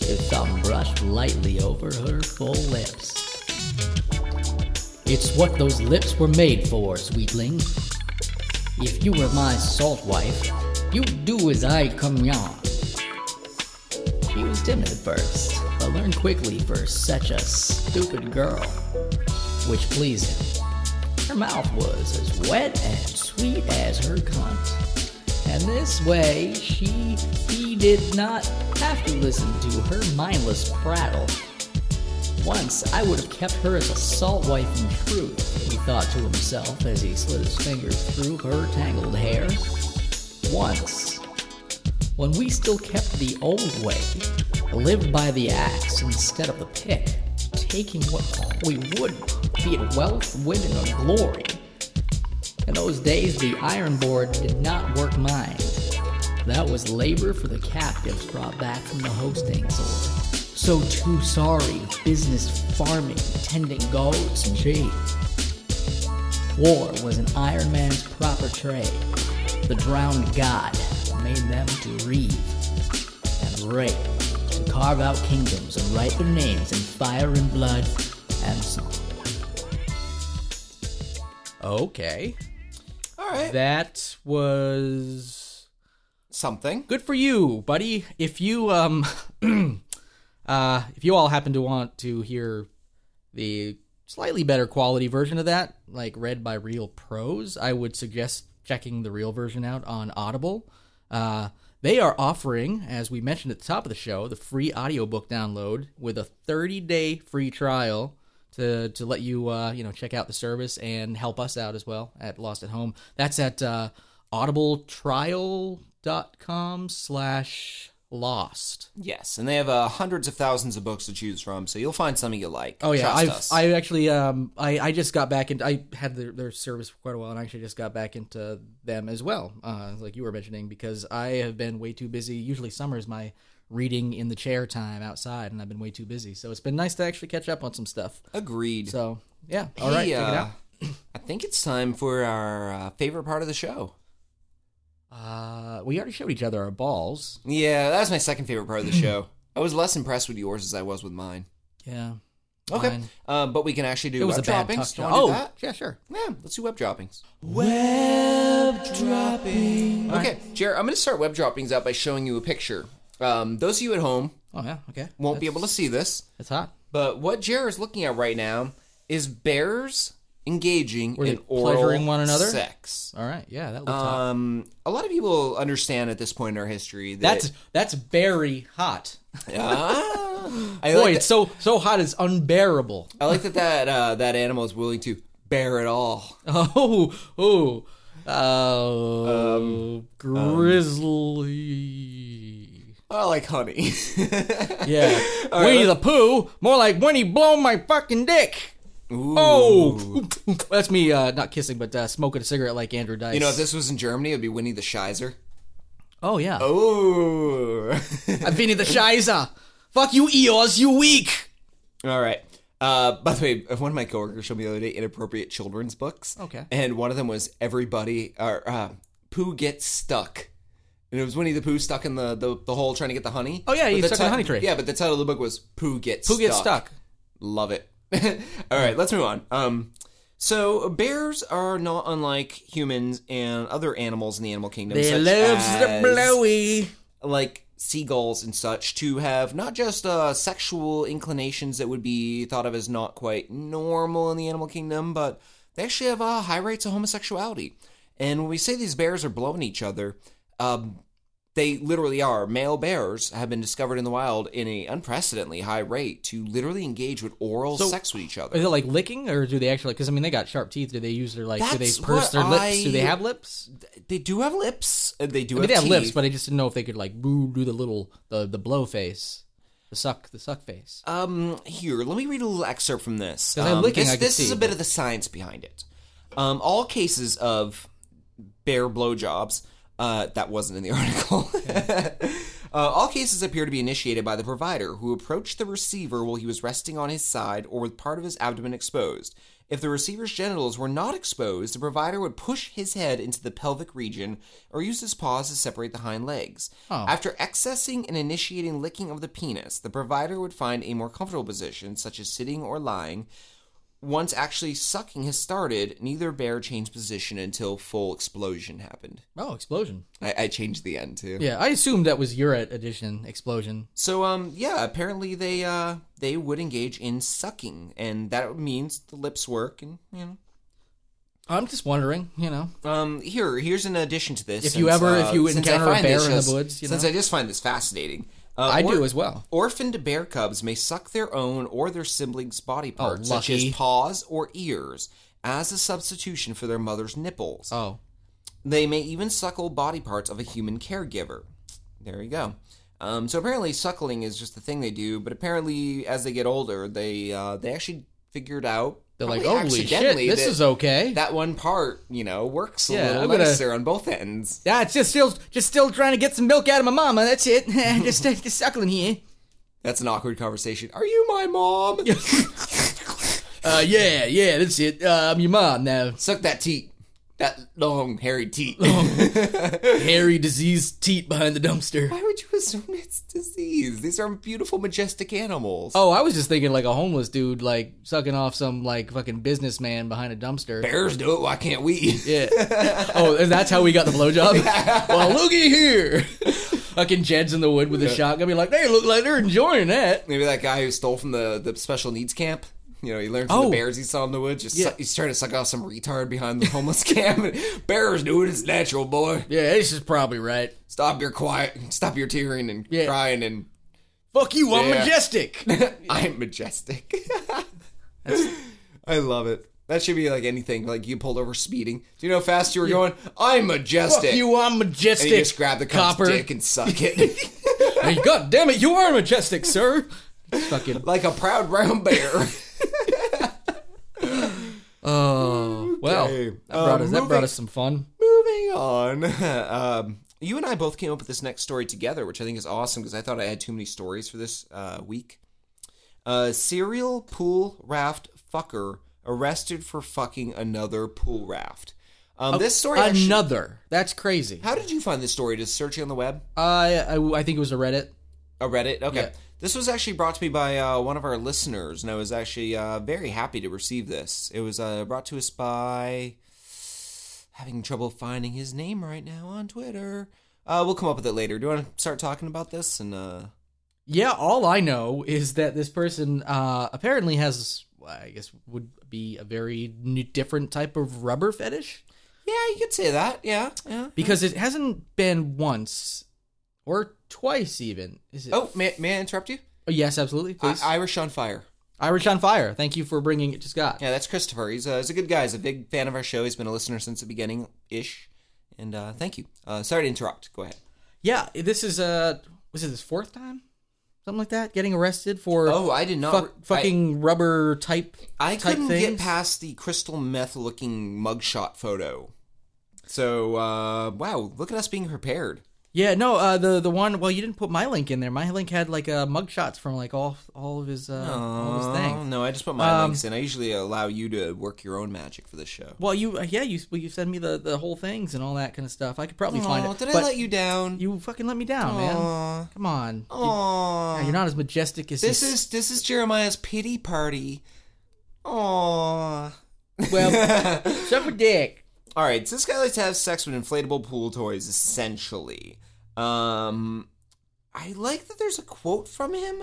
Speaker 4: His thumb brushed lightly over her full lips. It's what those lips were made for, sweetling. If you were my salt wife, you'd do as I command. She was timid at first, but learned quickly for such a stupid girl, which pleased him. Her mouth was as wet and sweet as her cunt. And this way, she he did not have to listen to her mindless prattle. Once I would have kept her as a salt wife in truth, he thought to himself as he slid his fingers through her tangled hair. Once, when we still kept the old way, lived by the axe instead of the pick, taking what we would, be it wealth, women, or glory. In those days, the iron board did not work mines. That was labor for the captives brought back from the hosting sword. So too sorry, business farming, tending goats and sheep. War was an Iron Man's proper trade. The drowned god made them to reeve and rape, to carve out kingdoms and write their names in fire and blood and song.
Speaker 3: Okay.
Speaker 2: All right.
Speaker 3: That was
Speaker 2: Something.
Speaker 3: good for you, buddy. If you um uh if you all happen to want to hear the slightly better quality version of that, like read by real pros, I would suggest checking the real version out on Audible. Uh they are offering, as we mentioned at the top of the show, the free audiobook download with a 30-day free trial to to let you uh, you know check out the service and help us out as well at Lost at Home. That's at uh, audibletrial.com slash lost.
Speaker 2: Yes. And they have uh, hundreds of thousands of books to choose from, so you'll find something you like.
Speaker 3: Oh yeah,
Speaker 2: Trust
Speaker 3: I've
Speaker 2: us.
Speaker 3: I actually um I, I just got back into I had their, their service for quite a while and I actually just got back into them as well. Uh, like you were mentioning because I have been way too busy. Usually summer is my reading in the chair time outside and I've been way too busy. So it's been nice to actually catch up on some stuff.
Speaker 2: Agreed.
Speaker 3: So yeah, all right,
Speaker 2: Hey,
Speaker 3: check it
Speaker 2: uh,
Speaker 3: out.
Speaker 2: I think it's time for our uh, favorite part of the show.
Speaker 3: Uh, we already showed each other our balls.
Speaker 2: Yeah, that was my second favorite part of the show. I was less impressed with yours as I was with mine.
Speaker 3: Yeah.
Speaker 2: Okay,
Speaker 3: Mine.
Speaker 2: um, but we can actually do
Speaker 3: It was a
Speaker 2: web
Speaker 3: bad
Speaker 2: droppings.
Speaker 3: tuck
Speaker 2: Do you
Speaker 3: job.
Speaker 2: wanna do
Speaker 3: Oh,
Speaker 2: that?
Speaker 3: yeah, sure.
Speaker 2: Yeah, let's do web droppings. Web droppings. Okay, Jared, I'm going to start web droppings out by showing you a picture. Um, those of you at home
Speaker 3: Oh yeah, okay.
Speaker 2: won't be able to see this,
Speaker 3: It's hot.
Speaker 2: but what Jared is looking at right now is bears engaging
Speaker 3: Were they
Speaker 2: in oral
Speaker 3: pleasuring one another?
Speaker 2: sex.
Speaker 3: All right, yeah, that looked hot.
Speaker 2: Um, a lot of people understand at this point in our history that
Speaker 3: That's that's very hot.
Speaker 2: Ah. I
Speaker 3: Boy,
Speaker 2: like
Speaker 3: it's
Speaker 2: that-
Speaker 3: so so hot it's unbearable.
Speaker 2: I like that that uh, that animal is willing to bear it all.
Speaker 3: Oh, oh, oh,
Speaker 2: Um,
Speaker 3: grizzly.
Speaker 2: I like honey.
Speaker 3: yeah,
Speaker 2: um, right,
Speaker 3: Winnie the
Speaker 2: let's-
Speaker 3: Pooh. More like Winnie blow my fucking dick.
Speaker 2: Ooh.
Speaker 3: Oh, that's me uh, not kissing, but uh, smoking a cigarette like Andrew Dice.
Speaker 2: You know, if this was in Germany, it'd be Winnie the Shizer.
Speaker 3: oh yeah,
Speaker 2: Oh.
Speaker 3: I'm Vinny the Shiza. Fuck you, Eeyores, you weak.
Speaker 2: All right. Uh, by the way, one of my coworkers showed me the other day inappropriate children's books.
Speaker 3: Okay.
Speaker 2: And one of them was Everybody or uh, Pooh Gets Stuck. And it was Winnie the Pooh stuck in the, the, the hole trying to get the honey.
Speaker 3: Oh, yeah,
Speaker 2: But
Speaker 3: he's
Speaker 2: the
Speaker 3: stuck in the
Speaker 2: ti-
Speaker 3: honey tree.
Speaker 2: Yeah, but the title of the book was Pooh Gets
Speaker 3: Who
Speaker 2: Stuck.
Speaker 3: gets stuck?
Speaker 2: Love it. All right, let's move on. Um, so bears are not unlike humans and other animals in the animal kingdom.
Speaker 3: They
Speaker 2: such
Speaker 3: loves
Speaker 2: as-
Speaker 3: the blowy.
Speaker 2: like seagulls and such to have not just uh, sexual inclinations that would be thought of as not quite normal in the animal kingdom, but they actually have uh, high rates of homosexuality. And when we say these bears are blowing each other, um, they literally are. Male bears have been discovered in the wild in a unprecedentedly high rate to literally engage with oral
Speaker 3: So-
Speaker 2: sex with each other.
Speaker 3: Is it like licking, or do they actually? Because I mean, they got sharp teeth. Do they use their like? do they
Speaker 2: That's
Speaker 3: purse
Speaker 2: what
Speaker 3: their lips? Do they
Speaker 2: I-
Speaker 3: have lips?
Speaker 2: They do have lips. and They do
Speaker 3: I mean,
Speaker 2: have,
Speaker 3: they have
Speaker 2: teeth.
Speaker 3: lips, but I just didn't know if they could like boo, do the little the the blow face, the suck the suck face.
Speaker 2: Um, here, let me read a little excerpt from this.
Speaker 3: 'Cause I'm
Speaker 2: Um,
Speaker 3: looking,
Speaker 2: this
Speaker 3: I can
Speaker 2: this is
Speaker 3: see,
Speaker 2: a bit
Speaker 3: but-
Speaker 2: of the science behind it. Um, all cases of bear blowjobs. Uh, that wasn't in the article. uh, all cases appear to be initiated by the provider, who approached the receiver while he was resting on his side or with part of his abdomen exposed. If the receiver's genitals were not exposed, the provider would push his head into the pelvic region or use his paws to separate the hind legs. After accessing and initiating licking of the penis, the provider would find a more comfortable position, such as sitting or lying, once actually sucking has started, neither bear changed position until full explosion happened.
Speaker 3: oh, explosion!
Speaker 2: I, I changed the end too.
Speaker 3: Yeah, I assumed that was Uret edition explosion.
Speaker 2: So um yeah, apparently they uh they would engage in sucking, and that means the lips work, and you
Speaker 3: I'm just wondering, you know,
Speaker 2: know. Um here here's an addition to this.
Speaker 3: If you ever- if you
Speaker 2: since I
Speaker 3: encounter a
Speaker 2: find
Speaker 3: bear
Speaker 2: this
Speaker 3: in the
Speaker 2: just-
Speaker 3: woods, you
Speaker 2: since
Speaker 3: know?
Speaker 2: I just find this fascinating. Uh,
Speaker 3: I
Speaker 2: or-
Speaker 3: do as well.
Speaker 2: Orphaned bear cubs may suck their own or their siblings' body parts, such as
Speaker 3: Oh, lucky.
Speaker 2: paws or ears, as a substitution for their mother's nipples.
Speaker 3: Oh,
Speaker 2: They may even suckle body parts of a human caregiver. There you go. Um, so apparently, suckling is just the thing they do. But apparently, as they get older, they uh, they actually figured out
Speaker 3: they're like,
Speaker 2: probably
Speaker 3: holy shit,
Speaker 2: accidentally,
Speaker 3: this
Speaker 2: that-
Speaker 3: is okay.
Speaker 2: That one part, you know, works a
Speaker 3: Yeah,
Speaker 2: little
Speaker 3: I'm gonna-
Speaker 2: nicer on both ends.
Speaker 3: yeah, it's just still just still trying to get some milk out of my mama. That's it. just just suckling here.
Speaker 2: That's an awkward conversation. Are you my mom?
Speaker 3: Uh, yeah, yeah, that's it. Uh, I'm your mom now.
Speaker 2: Suck that teat. That long hairy teat.
Speaker 3: Hairy, diseased teat behind the dumpster.
Speaker 2: Why would you assume it's disease? These are beautiful, majestic animals.
Speaker 3: Oh, I was just thinking like a homeless dude, like sucking off some like fucking businessman behind a dumpster.
Speaker 2: bears do it. Why can't we?
Speaker 3: Yeah. oh, and that's how we got the blowjob. well, looky here. Fucking Jed's in the wood with a shotgun, be like, they look like they're enjoying that.
Speaker 2: Maybe that guy who stole from the, the special needs camp. You know, he learned from
Speaker 3: Oh.
Speaker 2: the bears he saw in the woods. Just
Speaker 3: Yeah.
Speaker 2: su- he's trying to suck off some retard behind the homeless camp. bears do it. It's natural, boy.
Speaker 3: Yeah, this is probably right.
Speaker 2: Stop your quiet. Stop your tearing and
Speaker 3: Yeah.
Speaker 2: crying. And
Speaker 3: Fuck you, I'm
Speaker 2: Yeah.
Speaker 3: majestic.
Speaker 2: I'm majestic. I love it. That should be like anything. Like you pulled over speeding. Do you know how fast you were going? I'm majestic.
Speaker 3: Fuck you, I'm majestic.
Speaker 2: and you just grab the cop's
Speaker 3: copper.
Speaker 2: dick and suck it
Speaker 3: Hey, God damn it, you are majestic, sir. Fucking.
Speaker 2: like a proud brown bear.
Speaker 3: Oh, well,
Speaker 2: Okay.
Speaker 3: that brought,
Speaker 2: Um,
Speaker 3: us, that
Speaker 2: moving-
Speaker 3: brought us some fun.
Speaker 2: Moving on. um, you and I both came up with this next story together, which I think is awesome because I thought I had too many stories for this uh, week. Uh, serial pool raft fucker arrested for fucking another pool raft. Um, this story. actually-
Speaker 3: Another. That's crazy.
Speaker 2: how did you find this story? Just searching on the web?
Speaker 3: I, I, I think it was a Reddit.
Speaker 2: A Reddit? Okay.
Speaker 3: Yeah.
Speaker 2: This was actually brought to me by uh, one of our listeners, and I was actually uh, very happy to receive this. It was uh, brought to us by. Having trouble finding his name right now on Twitter. Uh, we'll come up with it later. Do you want to start talking about this? And uh,
Speaker 3: Yeah, all I know is that this person uh, apparently has I guess would be a very new, different type of rubber fetish
Speaker 2: Yeah, you could say that. Yeah, yeah.
Speaker 3: because it hasn't been once or twice even. Is it?
Speaker 2: Oh, may, may I interrupt you?
Speaker 3: Oh, yes, absolutely.
Speaker 2: I,
Speaker 3: Please.
Speaker 2: Irish on fire.
Speaker 3: Irish on fire. Thank you for bringing it to Scott.
Speaker 2: Yeah, that's Christopher. He's a, he's a good guy. He's a big fan of our show. He's been a listener since the beginning ish. And uh, thank you. Uh, sorry to interrupt. Go ahead.
Speaker 3: Yeah, this is uh was it his fourth time? Something like that, getting arrested for
Speaker 2: Oh, I did not.
Speaker 3: fuck-
Speaker 2: re- I-
Speaker 3: fucking rubber type
Speaker 2: I
Speaker 3: type
Speaker 2: couldn't
Speaker 3: things.
Speaker 2: get past the crystal meth looking mugshot photo. So, uh, wow, look at us being prepared.
Speaker 3: Yeah, no, uh the the one well you didn't put my link in there. My link had like uh mugshots from like all all of his uh all of his
Speaker 2: Oh,
Speaker 3: things.
Speaker 2: no, I just put
Speaker 3: Um,
Speaker 2: my links in. I usually allow you to work your own magic for this show.
Speaker 3: Well, you uh, yeah, you well, you send me the the whole things and all that kind of stuff. I could probably find
Speaker 2: Aw,
Speaker 3: it.
Speaker 2: did I
Speaker 3: but
Speaker 2: let you down?
Speaker 3: you fucking let me down, man. Come on.
Speaker 2: Aw.
Speaker 3: You're not as majestic as
Speaker 2: This
Speaker 3: you-
Speaker 2: is this is Jeremiah's pity party. Aww.
Speaker 3: well suck a dick.
Speaker 2: All right, so this guy likes to have sex with inflatable pool toys, essentially. Um, I like that there's a quote from him.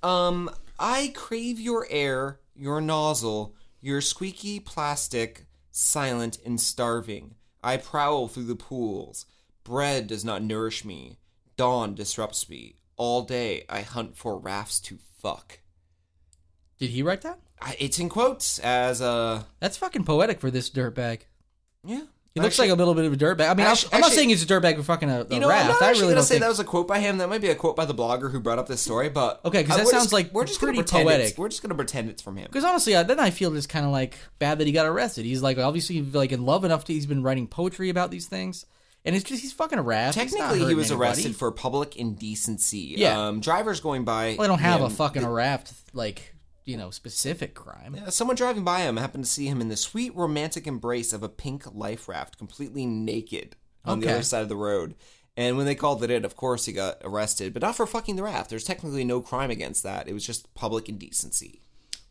Speaker 2: Um, I crave your air, your nozzle, your squeaky plastic, silent and starving. I prowl through the pools. Bread does not nourish me. Dawn disrupts me. All day I hunt for rafts to fuck.
Speaker 3: Did he write that?
Speaker 2: I, it's in quotes as a
Speaker 3: That's fucking poetic for this dirtbag.
Speaker 2: yeah.
Speaker 3: He looks
Speaker 2: Actually-
Speaker 3: like a little bit of a dirtbag. I mean, I'm-
Speaker 2: Actu-
Speaker 3: I'm not
Speaker 2: actually-
Speaker 3: saying he's a dirtbag for fucking a, a
Speaker 2: You know, I'm
Speaker 3: raft.
Speaker 2: not
Speaker 3: I really
Speaker 2: actually gonna
Speaker 3: don't
Speaker 2: say
Speaker 3: think.
Speaker 2: that was a quote by him. That might be a quote by the blogger who brought up this story, but
Speaker 3: Okay, 'cause
Speaker 2: Uh,
Speaker 3: that
Speaker 2: we're
Speaker 3: sounds
Speaker 2: just-
Speaker 3: like
Speaker 2: we're just
Speaker 3: pretty
Speaker 2: gonna pretend it's-
Speaker 3: poetic.
Speaker 2: We're just gonna pretend it's from him.
Speaker 3: Because honestly, I, then I feel just kind of like bad that he got arrested. He's like obviously like in love enough. To, he's been writing poetry about these things, and it's just he's fucking a raft. He's not
Speaker 2: Technically, he
Speaker 3: hurting
Speaker 2: was
Speaker 3: anybody.
Speaker 2: arrested for public indecency.
Speaker 3: Yeah.
Speaker 2: um, drivers going by.
Speaker 3: Well, I don't have a
Speaker 2: him-
Speaker 3: fucking a raft like you know specific crime.
Speaker 2: Uh, Someone driving by him happened to see him in the sweet romantic embrace of a pink life raft, completely naked on the
Speaker 3: Okay.
Speaker 2: other side of the road. And when they called it in, of course, he got arrested, but not for fucking the raft. There's technically no crime against that. It was just public indecency.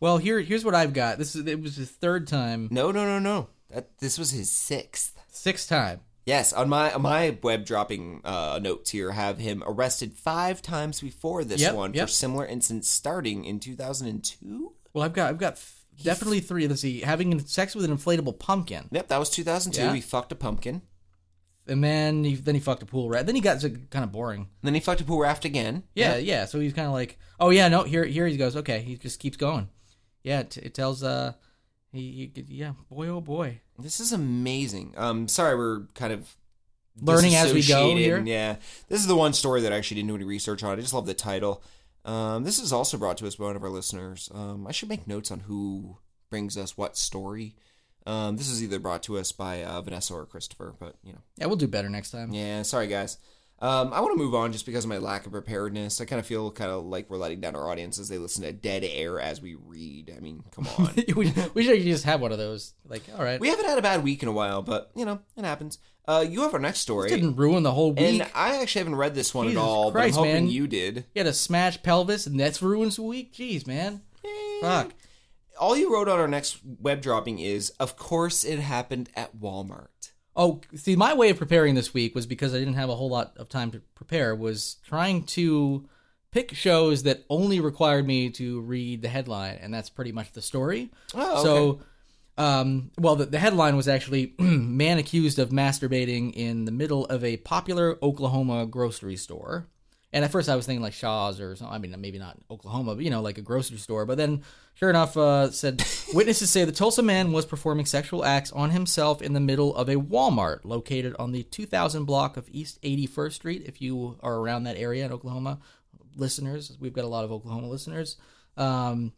Speaker 3: Well, here here's what I've got. This is it was his third time,
Speaker 2: No, no, no, no. That this was his sixth.
Speaker 3: sixth time.
Speaker 2: Yes, on my on my web dropping uh, notes here have him arrested five times before this
Speaker 3: Yep,
Speaker 2: one
Speaker 3: yep.
Speaker 2: for similar incidents starting in 2002.
Speaker 3: Well, I've got I've got th- definitely three. Let's see, having sex with an inflatable pumpkin.
Speaker 2: Yep, that was 2002.
Speaker 3: Yeah.
Speaker 2: He fucked a pumpkin.
Speaker 3: And then he then he fucked a pool rat. Then he got kind of boring.
Speaker 2: Then he fucked a pool raft again.
Speaker 3: Yeah, yeah. So he's kind of like, oh yeah, no, here here he goes. Okay, he just keeps going. Yeah, it, it tells uh, he, he yeah, boy oh boy,
Speaker 2: This is amazing. Um, sorry, we're kind of
Speaker 3: learning as we go
Speaker 2: disassociated,
Speaker 3: here.
Speaker 2: and Yeah, this is the one story that I actually didn't do any research on. I just love the title. Um, this is also brought to us by one of our listeners. Um, I should make notes on who brings us what story. Um, this is either brought to us by uh, Vanessa or Christopher, but you know.
Speaker 3: Yeah, we'll do better next time.
Speaker 2: Yeah, sorry guys. Um, I want to move on just because of my lack of preparedness. I kind of feel kind of like we're letting down our audience as they listen to dead air as we read. I mean, come on.
Speaker 3: we, we should just have one of those. Like, all right,
Speaker 2: we haven't had a bad week in a while, but you know it happens. Uh, you have our next story,
Speaker 3: didn't ruin the whole week.
Speaker 2: and I actually haven't read this one
Speaker 3: Jesus
Speaker 2: at all.
Speaker 3: Christ,
Speaker 2: but I'm hoping
Speaker 3: man.
Speaker 2: you did.
Speaker 3: He had a smashed pelvis, and that's ruins the week. Jeez, man. Fuck.
Speaker 2: All you wrote on our next web dropping is, of course, it happened at Walmart.
Speaker 3: Oh, see, my way of preparing this week was because I didn't have a whole lot of time to prepare. Was trying to pick shows that only required me to read the headline, and that's pretty much the story.
Speaker 2: Oh,
Speaker 3: so, um, well, the, the headline was actually "Man accused of masturbating in the middle of a popular Oklahoma grocery store." And at first, I was thinking like Shaw's or something. I mean, maybe not Oklahoma, but you know, like a grocery store. But then, sure enough, uh, said witnesses say the Tulsa man was performing sexual acts on himself in the middle of a Walmart located on the 2000 block of East 81st Street. If you are around that area in Oklahoma, listeners, we've got a lot of Oklahoma listeners. Um,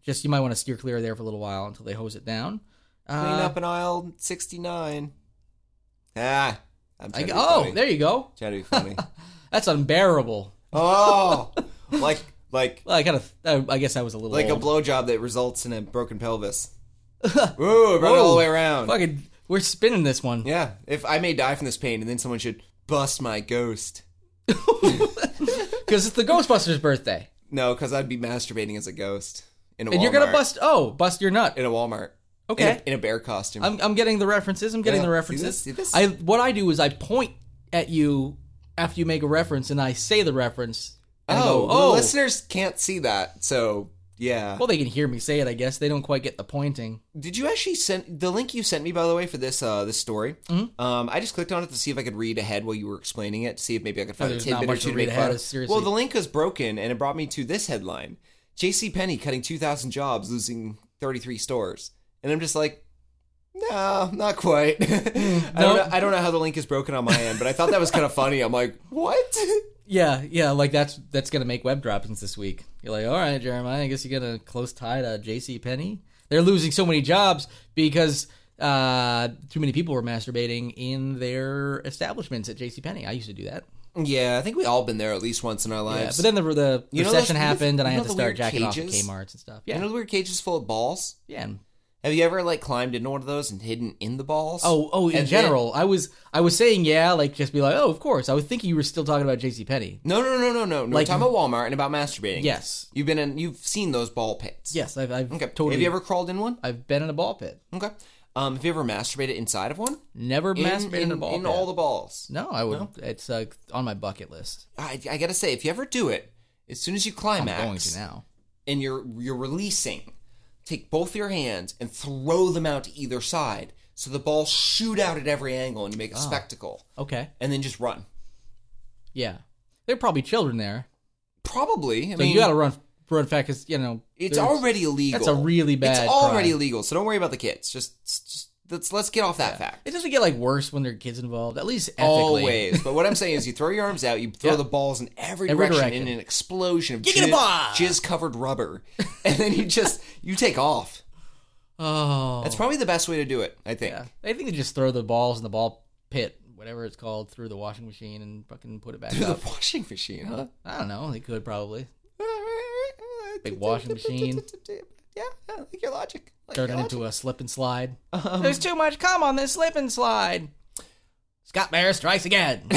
Speaker 3: just you might want to steer clear of there for a little while until they hose it down.
Speaker 2: Clean
Speaker 3: Uh,
Speaker 2: up in aisle sixty-nine. Ah, I'm
Speaker 3: I
Speaker 2: trying
Speaker 3: g-
Speaker 2: to be
Speaker 3: oh,
Speaker 2: funny.
Speaker 3: there you go.
Speaker 2: trying to be funny.
Speaker 3: That's unbearable.
Speaker 2: oh, like like
Speaker 3: Well, I kind of, I, I guess I was a little
Speaker 2: like a
Speaker 3: old.
Speaker 2: blowjob that results in a broken pelvis. Ooh, it brought it all the way around.
Speaker 3: Fucking, we're spinning this one.
Speaker 2: Yeah, if I may die from this pain, and then someone should bust my ghost.
Speaker 3: Because it's the Ghostbusters birthday.
Speaker 2: No, because I'd be masturbating as a ghost in a
Speaker 3: And
Speaker 2: Walmart.
Speaker 3: you're going to bust, oh, bust your nut.
Speaker 2: in a Walmart.
Speaker 3: Okay.
Speaker 2: in a, in a bear costume.
Speaker 3: I'm, I'm getting the references. I'm getting
Speaker 2: Yeah,
Speaker 3: the
Speaker 2: see
Speaker 3: references.
Speaker 2: this? See this?
Speaker 3: I What I do is I point at you after you make a reference and I say the reference. and I
Speaker 2: oh,
Speaker 3: go,
Speaker 2: well, the listeners can't see that, so Yeah.
Speaker 3: Well, they can hear me say it, I guess. They don't quite get the pointing.
Speaker 2: Did you actually send the link you sent me by the way for this uh this story?
Speaker 3: Mm-hmm.
Speaker 2: Um, I just clicked on it to see if I could read ahead while you were explaining it, to see if maybe I could find a
Speaker 3: there's not
Speaker 2: tidbit or
Speaker 3: much to
Speaker 2: two to
Speaker 3: read
Speaker 2: make
Speaker 3: ahead
Speaker 2: fun
Speaker 3: of,
Speaker 2: of.
Speaker 3: seriously.
Speaker 2: Well, the link was broken, and it brought me to this headline: J.C. Penney cutting two thousand jobs, losing thirty-three stores. And I'm just like, no, not quite.
Speaker 3: Hmm,
Speaker 2: I don't know. I don't know how the link is broken on my end, but I thought that was kind of funny. I'm like, what?
Speaker 3: Yeah, yeah, like that's that's gonna make web droppings this week. You're like, all right, Jeremiah, I guess you're gonna close tie to J.C. Penney. They're losing so many jobs because uh, too many people were masturbating in their establishments at J.C. Penney. I used to do that.
Speaker 2: yeah, I think we all been there at least once in our
Speaker 3: Yeah,
Speaker 2: lives.
Speaker 3: but then the the
Speaker 2: You know those-
Speaker 3: recession
Speaker 2: you know-
Speaker 3: happened, and I
Speaker 2: you
Speaker 3: had
Speaker 2: know
Speaker 3: to
Speaker 2: the
Speaker 3: start
Speaker 2: weird
Speaker 3: jacking
Speaker 2: cages?
Speaker 3: off at Kmart's and stuff. Yeah,
Speaker 2: you know the weird cages full of balls.
Speaker 3: yeah. and-
Speaker 2: Have you ever like climbed into one of those and hidden in the balls?
Speaker 3: Oh, oh, in
Speaker 2: And then-
Speaker 3: general, I was I was saying yeah, like just be like, oh, of course. I was thinking you were still talking about J.C. Penney.
Speaker 2: No, no, no, no, no. no.
Speaker 3: Like-
Speaker 2: We're talking about Walmart and about masturbating.
Speaker 3: Yes.
Speaker 2: You've been in. You've seen those ball pits.
Speaker 3: Yes, I've, I've
Speaker 2: Okay.
Speaker 3: totally.
Speaker 2: Have you ever crawled in one?
Speaker 3: I've been in a ball pit.
Speaker 2: Okay. Um, have you ever masturbated inside of one?
Speaker 3: Never
Speaker 2: In,
Speaker 3: masturbated in,
Speaker 2: in,
Speaker 3: a ball
Speaker 2: in
Speaker 3: pit.
Speaker 2: all the balls.
Speaker 3: No, I would. It's uh, on my bucket list.
Speaker 2: I, I gotta say, if you ever do it, as soon as you
Speaker 3: I'm
Speaker 2: climax
Speaker 3: going to now.
Speaker 2: and you're you're releasing, take both your hands and throw them out to either side, so the balls shoot out at every angle, and you
Speaker 3: Ah.
Speaker 2: make a spectacle,
Speaker 3: Okay.
Speaker 2: and then just run.
Speaker 3: Yeah, there are probably children there.
Speaker 2: Probably. I
Speaker 3: So
Speaker 2: mean,
Speaker 3: you got to run run fast because you know
Speaker 2: It's
Speaker 3: there's-
Speaker 2: already illegal.
Speaker 3: That's a really bad
Speaker 2: It's already
Speaker 3: crime.
Speaker 2: illegal, so don't worry about the kids. Just, just let's let's get off that fact.
Speaker 3: It doesn't get like worse when there are kids involved. At least ethically.
Speaker 2: Always, but what I'm saying is, you throw your arms out, you throw
Speaker 3: Yeah.
Speaker 2: the balls in every,
Speaker 3: Every
Speaker 2: direction,
Speaker 3: direction.
Speaker 2: in an explosion of
Speaker 3: Giggity bah!
Speaker 2: jizz covered rubber, and then you just you take off.
Speaker 3: Oh,
Speaker 2: That's probably the best way to do it. I think.
Speaker 3: yeah. I think they just throw the balls in the ball pit, whatever it's called, through the washing machine and fucking put it back
Speaker 2: Through
Speaker 3: up.
Speaker 2: the washing machine, huh?
Speaker 3: I don't know. They could probably. Big washing machine.
Speaker 2: Yeah, yeah, like your logic. Like
Speaker 3: Turn
Speaker 2: your
Speaker 3: it
Speaker 2: logic.
Speaker 3: into a slip and slide.
Speaker 2: Um.
Speaker 3: There's too much cum on this slip and slide. Scott Bear strikes again.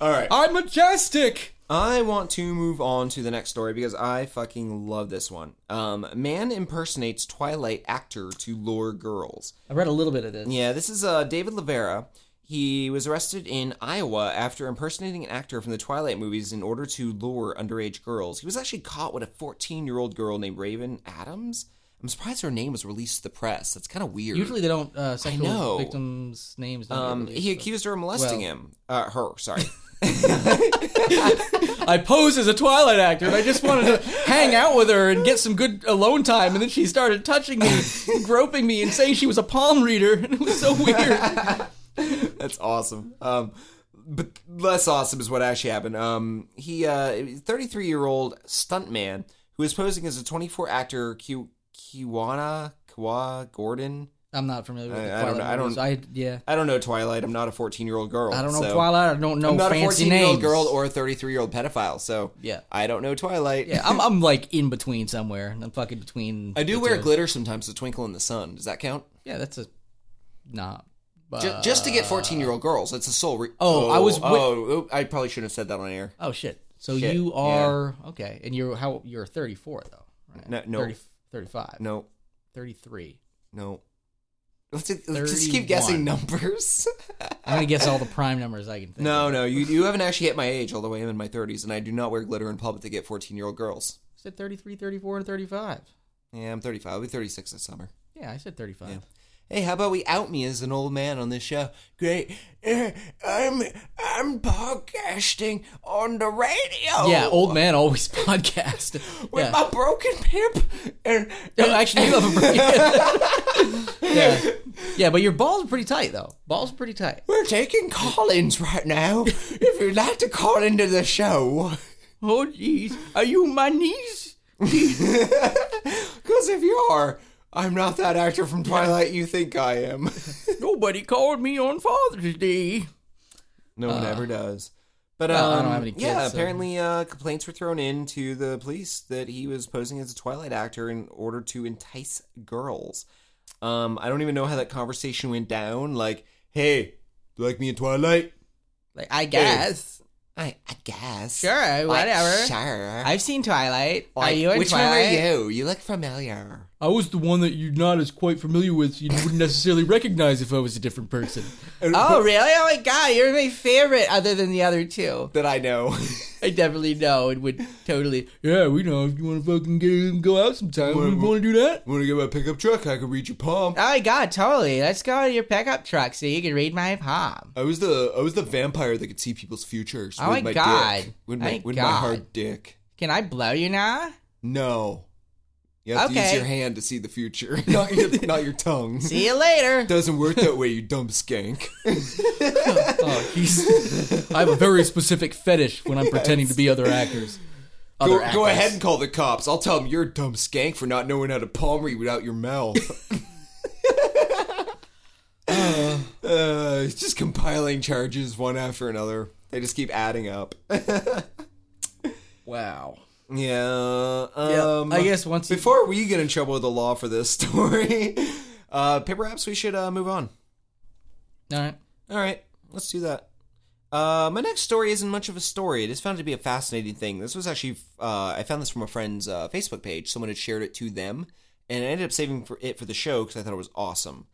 Speaker 2: All right.
Speaker 3: I'm majestic.
Speaker 2: I want to move on to the next story because I fucking love this one. Um, man impersonates Twilight actor to lure girls.
Speaker 3: I read a little bit of this.
Speaker 2: Yeah, this is uh, David Lavera. He was arrested in Iowa after impersonating an actor from the Twilight movies in order to lure underage girls. He was actually caught with a 14 year old girl named Raven Adams. I'm surprised her name was released to the press. That's kind of weird.
Speaker 3: Usually they don't uh,
Speaker 2: know.
Speaker 3: sexual victims' names. don't get
Speaker 2: um,
Speaker 3: released,
Speaker 2: he
Speaker 3: so-
Speaker 2: accused her of molesting
Speaker 3: Well-
Speaker 2: him. Uh, her, sorry.
Speaker 3: I pose as a Twilight actor, and I just wanted to hang out with her and get some good alone time. And then she started touching me, groping me, and saying she was a palm reader, and it was so weird.
Speaker 2: That's awesome. Um, but less awesome is what actually happened. Um, he, uh, 33 year old stuntman who was posing as a 24 actor Ki- Kiwana Kawa Gordon.
Speaker 3: I'm not familiar with the
Speaker 2: I- I don't
Speaker 3: Twilight
Speaker 2: know- I don't-
Speaker 3: movies. I yeah.
Speaker 2: I don't know Twilight. I'm not a 14 year old girl.
Speaker 3: I don't know
Speaker 2: so-
Speaker 3: Twilight. I don't know
Speaker 2: I'm not a
Speaker 3: fancy
Speaker 2: 14 year old
Speaker 3: names.
Speaker 2: girl or a 33 year old pedophile. So
Speaker 3: Yeah.
Speaker 2: I don't know Twilight.
Speaker 3: yeah, I'm, I'm like in between somewhere. I'm fucking between.
Speaker 2: I do
Speaker 3: the
Speaker 2: wear
Speaker 3: two.
Speaker 2: glitter sometimes to twinkle in the sun. Does that count?
Speaker 3: Yeah, that's a nah. But, uh,
Speaker 2: Ju- just to get 14 year old girls. That's the sole. Re-
Speaker 3: Oh, I was wi-
Speaker 2: oh, oop, I probably shouldn't have said that on air.
Speaker 3: oh shit. So
Speaker 2: Shit,
Speaker 3: you
Speaker 2: yeah.
Speaker 3: are okay, and you're how you're 34 though. Right?
Speaker 2: No, no.
Speaker 3: 30, 35,
Speaker 2: No,
Speaker 3: 33.
Speaker 2: no. Let's just, let's just keep
Speaker 3: 31.
Speaker 2: guessing numbers.
Speaker 3: I'm gonna guess all the prime numbers I can think.
Speaker 2: no,
Speaker 3: of.
Speaker 2: no, you you haven't actually hit my age, although I am in my 30s, and I do not wear glitter in public to get 14 year old girls.
Speaker 3: I said 33, 34, and 35.
Speaker 2: Yeah, I'm 35. I'll be 36 this summer.
Speaker 3: Yeah, I said 35.
Speaker 2: Hey, how about we out me as an old man on this show? Great. Eh, I'm I'm podcasting on the radio.
Speaker 3: Yeah, old man always podcast.
Speaker 2: with
Speaker 3: yeah.
Speaker 2: my broken hip and,
Speaker 3: No, actually, you have a pretty yeah. yeah, but your balls are pretty tight though. Balls are pretty tight.
Speaker 2: we're taking call-ins right now. if you'd like to call into the show,
Speaker 3: Oh jeez, are you my niece?
Speaker 2: because if you are, I'm not that actor from Twilight you think I am.
Speaker 3: Nobody called me on Father's Day.
Speaker 2: No one ever does. Uh, But um,
Speaker 3: well, I don't have any kids,
Speaker 2: yeah,
Speaker 3: so-
Speaker 2: apparently uh, complaints were thrown in to the police that he was posing as a Twilight actor in order to entice girls. Um, I don't even know how that conversation went down. Like, hey, do you like me in Twilight?
Speaker 3: Like I guess.
Speaker 2: I, I guess.
Speaker 3: Sure,
Speaker 2: Like,
Speaker 3: whatever.
Speaker 2: Sure.
Speaker 3: I've seen Twilight.
Speaker 2: Like,
Speaker 3: are you in
Speaker 2: which
Speaker 3: Twilight?
Speaker 2: one are you? You look familiar.
Speaker 3: I was the one that you're not as quite familiar with. You wouldn't necessarily recognize if I was a different person.
Speaker 6: Oh, really? Oh my god, you're my favorite other than the other two.
Speaker 2: that I know.
Speaker 6: I definitely know and would totally.
Speaker 3: Yeah, we know. If you want to fucking get and go out sometime, we want to do that.
Speaker 2: Want to get my pickup truck? I can read your palm.
Speaker 6: Oh my god, totally. Let's go to your pickup truck so you can read my palm.
Speaker 2: I was the I was the vampire that could see people's futures.
Speaker 6: Oh
Speaker 2: with
Speaker 6: my
Speaker 2: my
Speaker 6: God.
Speaker 2: Dick, with
Speaker 6: Oh
Speaker 2: my,
Speaker 6: my
Speaker 2: with my
Speaker 6: God.
Speaker 2: hard dick.
Speaker 6: Can I blow you now?
Speaker 2: No. You have to use
Speaker 6: Okay.
Speaker 2: your hand to see the future, not your, not your tongue.
Speaker 6: See you later.
Speaker 2: Doesn't work that way, you dumb skank.
Speaker 3: Oh, he's, I have a very specific fetish when I'm pretending to be other actors.
Speaker 2: Go,
Speaker 3: Other
Speaker 2: go
Speaker 3: actors.
Speaker 2: ahead and call the cops. I'll tell them you're a dumb skank for not knowing how to palm read without your mouth. uh, it's just compiling charges one after another. They just keep adding up.
Speaker 3: Wow.
Speaker 2: Yeah. Um,
Speaker 3: I guess once you-
Speaker 2: before we get in trouble with the law for this story, uh, paper apps, we should uh, move on.
Speaker 3: All right.
Speaker 2: All right, let's do that. Uh, my next story isn't much of a story. It is found to be a fascinating thing. This was actually uh, I found this from a friend's uh, Facebook page. Someone had shared it to them, and I ended up saving for it for the show because I thought it was awesome.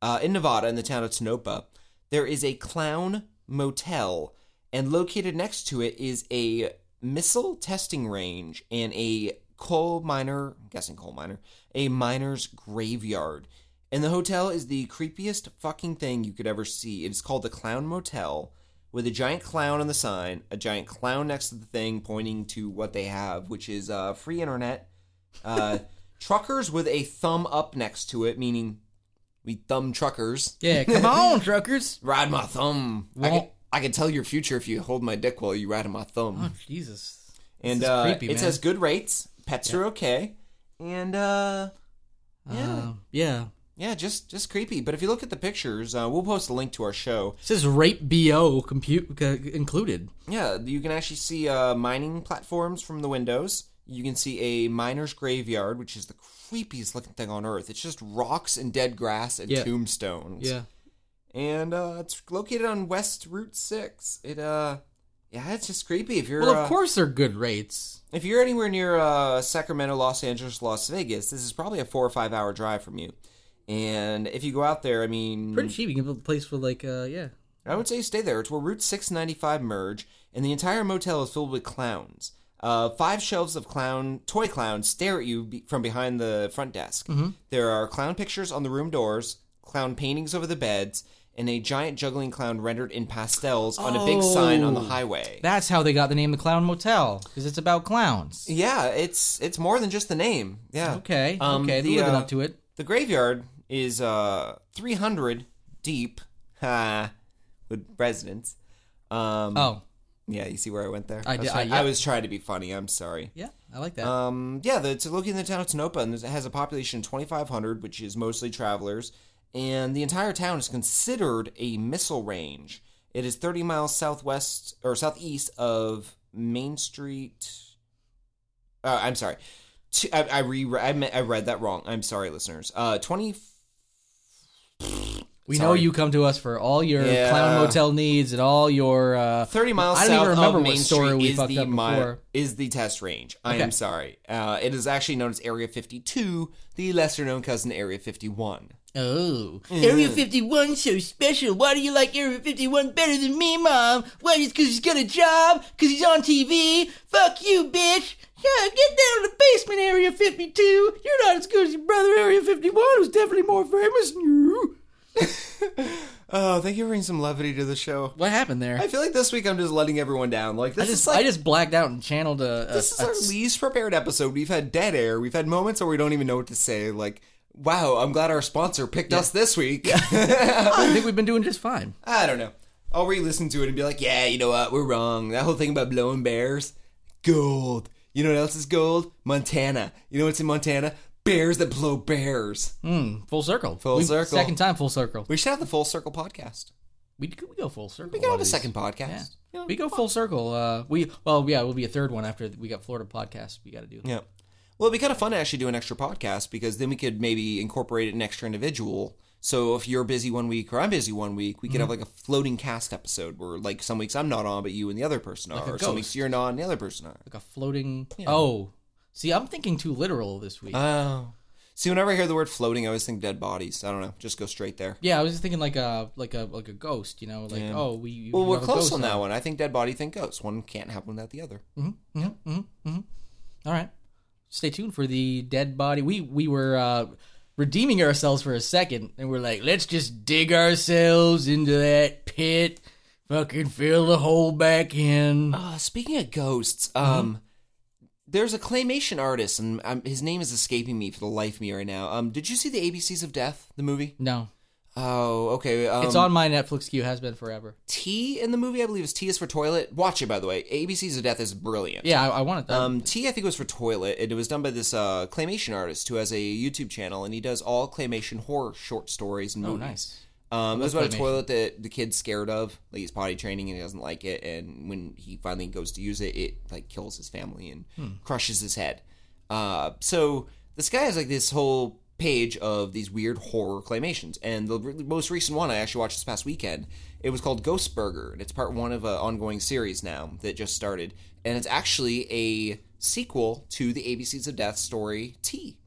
Speaker 2: Uh, in Nevada, in the town of Tonopah, there is a clown motel, and located next to it is a missile testing range and a coal miner, I'm guessing coal miner, a miner's graveyard. And the hotel is the creepiest fucking thing you could ever see. It's called the Clown Motel, with a giant clown on the sign, a giant clown next to the thing pointing to what they have, which is uh, free internet, uh, truckers with a thumb up next to it, meaning we thumb truckers.
Speaker 3: Yeah, come on, truckers.
Speaker 2: Ride my thumb. I
Speaker 3: Wah.
Speaker 2: can, I can tell your future if you hold my dick while you ride my thumb.
Speaker 3: Oh, Jesus. This
Speaker 2: and
Speaker 3: is
Speaker 2: uh,
Speaker 3: creepy,
Speaker 2: it
Speaker 3: man.
Speaker 2: says good rates. Pets are okay. And uh,
Speaker 3: Yeah. Um, yeah.
Speaker 2: yeah, just just creepy. But if you look at the pictures, uh, we'll post a link to our show.
Speaker 3: It says rape BO compute c- included.
Speaker 2: Yeah, you can actually see uh, mining platforms from the windows. You can see a miner's graveyard, which is the creepiest looking thing on earth. It's just rocks and dead grass and
Speaker 3: Yeah.
Speaker 2: tombstones.
Speaker 3: Yeah.
Speaker 2: and uh, it's located on West Route Six. It uh, yeah, it's just creepy. If you're
Speaker 3: Well,
Speaker 2: uh,
Speaker 3: of course they're good rates.
Speaker 2: If you're anywhere near uh, Sacramento, Los Angeles, Las Vegas, this is probably a four or five hour drive from you. And if you go out there, I mean,
Speaker 3: Pretty cheap. You can build a place for like, uh, yeah.
Speaker 2: I would say stay there. It's where Route 695 merge, and the entire motel is filled with clowns. Uh, five shelves of clown toy clowns stare at you be- from behind the front desk.
Speaker 3: Mm-hmm.
Speaker 2: There are clown pictures on the room doors, clown paintings over the beds, and a giant juggling clown rendered in pastels on a big sign
Speaker 3: Oh.
Speaker 2: on the highway.
Speaker 3: That's how they got the name the Clown Motel because it's about clowns.
Speaker 2: yeah, it's it's more than just the name. Yeah.
Speaker 3: Okay.
Speaker 2: Um,
Speaker 3: okay. They're
Speaker 2: the,
Speaker 3: living
Speaker 2: uh,
Speaker 3: up to it.
Speaker 2: The graveyard is uh 300 deep, ha, with residents. Um,
Speaker 3: Oh,
Speaker 2: yeah, you see where I went there.
Speaker 3: I
Speaker 2: was
Speaker 3: did- I-
Speaker 2: try-
Speaker 3: yeah.
Speaker 2: was trying to be funny. I'm sorry.
Speaker 3: yeah. I like
Speaker 6: Uh,
Speaker 3: that.
Speaker 2: Um, yeah, the, it's located in the town of Tonopah, and it has a population of 2,500, which is mostly travelers. And the entire town is considered a missile range. It is 30 miles southwest or southeast of Main Street. Uh, I'm sorry. T- I, I re I, me- I read that wrong. I'm sorry, listeners. Uh, 20.
Speaker 3: we know
Speaker 2: sorry.
Speaker 3: you come to us for all your
Speaker 2: Yeah.
Speaker 3: Clown Motel needs and all your uh,
Speaker 2: 30 miles
Speaker 3: I don't
Speaker 2: south
Speaker 3: even remember
Speaker 2: of
Speaker 3: what
Speaker 2: Main
Speaker 3: story
Speaker 2: Street
Speaker 3: we
Speaker 2: is,
Speaker 3: fucked
Speaker 2: the
Speaker 3: up
Speaker 2: mi-
Speaker 3: before.
Speaker 2: is the test range. I am
Speaker 3: Okay.
Speaker 2: sorry. Uh, it is actually known as Area 52, the lesser known cousin Area 51.
Speaker 3: Oh.
Speaker 6: Area 51 so special. Why do you like Area 51 better than me, Mom? Why? Just because he's got a job? Because he's on TV? Fuck you, bitch. Yeah, get down to the basement, Area 52. You're not as good as your brother, Area 51, who's definitely more famous than you.
Speaker 2: Oh, thank you for bringing some levity to the show.
Speaker 3: What happened there?
Speaker 2: I feel like this week I'm just letting everyone down. Like this
Speaker 3: I just,
Speaker 2: is like
Speaker 3: I just blacked out and channeled a. a-
Speaker 2: this is
Speaker 3: a-
Speaker 2: our least prepared episode. We've had dead air. We've had moments where we don't even know what to say. Like, wow, I'm glad our sponsor picked us this week.
Speaker 3: I think we've been doing just fine.
Speaker 2: I don't know. I'll re-listen to it and be like, yeah, you know what? We're wrong. That whole thing about blowing bears, gold. You know what else is gold? Montana. You know what's in Montana? Bears that blow bears.
Speaker 3: Full circle.
Speaker 2: Full
Speaker 3: We've-
Speaker 2: circle.
Speaker 3: Second time full circle.
Speaker 2: We should have the full circle podcast.
Speaker 3: We, could we go full circle.
Speaker 2: We can
Speaker 3: one of
Speaker 2: have a
Speaker 3: these.
Speaker 2: second podcast.
Speaker 3: Yeah. We go full circle. Uh, we well, yeah, we'll be a third one after we got Florida podcast. We got to do.
Speaker 2: Yeah. Well, it'd be kind of fun to actually do an extra podcast because then we could maybe incorporate an extra individual. So if you're busy one week or I'm busy one week, we
Speaker 3: Mm-hmm.
Speaker 2: could have like a floating cast episode where like some weeks I'm not on, but you and the other person are. or some weeks
Speaker 3: ghost.
Speaker 2: you're not and the other person are.
Speaker 3: Like a floating. Oh, see, I'm thinking too literal this week.
Speaker 2: Oh. See, whenever I hear the word floating, I always think dead bodies. I don't know. Just go straight there.
Speaker 3: Yeah, I was just thinking like a like a like a ghost, you know, like oh we you
Speaker 2: Well,
Speaker 3: you
Speaker 2: we're
Speaker 3: have a
Speaker 2: close
Speaker 3: ghost
Speaker 2: on
Speaker 3: now. Mm-hmm.
Speaker 2: that one. I think dead body, think ghost. One can't happen without the other.
Speaker 3: All right. Stay tuned for the dead body. We we were uh, redeeming ourselves for a second, and we're like, let's just dig ourselves into that pit, fucking fill the hole back in.
Speaker 2: Uh, speaking of ghosts,
Speaker 3: Mm-hmm.
Speaker 2: um, there's a claymation artist, and um, his name is escaping me for the life of me right now. Um, did you see the ABCs of Death, the movie?
Speaker 3: No,
Speaker 2: Oh, okay. Um,
Speaker 3: it's on my Netflix queue. Has been forever.
Speaker 2: T in the movie, I believe is T is for toilet. Watch it, by the way. ABCs of Death is brilliant.
Speaker 3: Yeah, I, I wanted that.
Speaker 2: Um, T, I think, was for toilet, and it was done by this uh, claymation artist who has a YouTube channel, and he does all claymation horror short stories and
Speaker 3: oh,
Speaker 2: movies.
Speaker 3: nice.
Speaker 2: Um, it was about a
Speaker 3: claymation.
Speaker 2: toilet that the kid's scared of. Like he's potty training and he doesn't like it, and when he finally goes to use it, it like kills his family and crushes his head. Uh, so this guy has like this whole page of these weird horror claymations, and the re- most recent one I actually watched this past weekend. It was called Ghost Burger, and it's part one of an ongoing series now that just started, and it's actually a sequel to the ABCs of Death story T.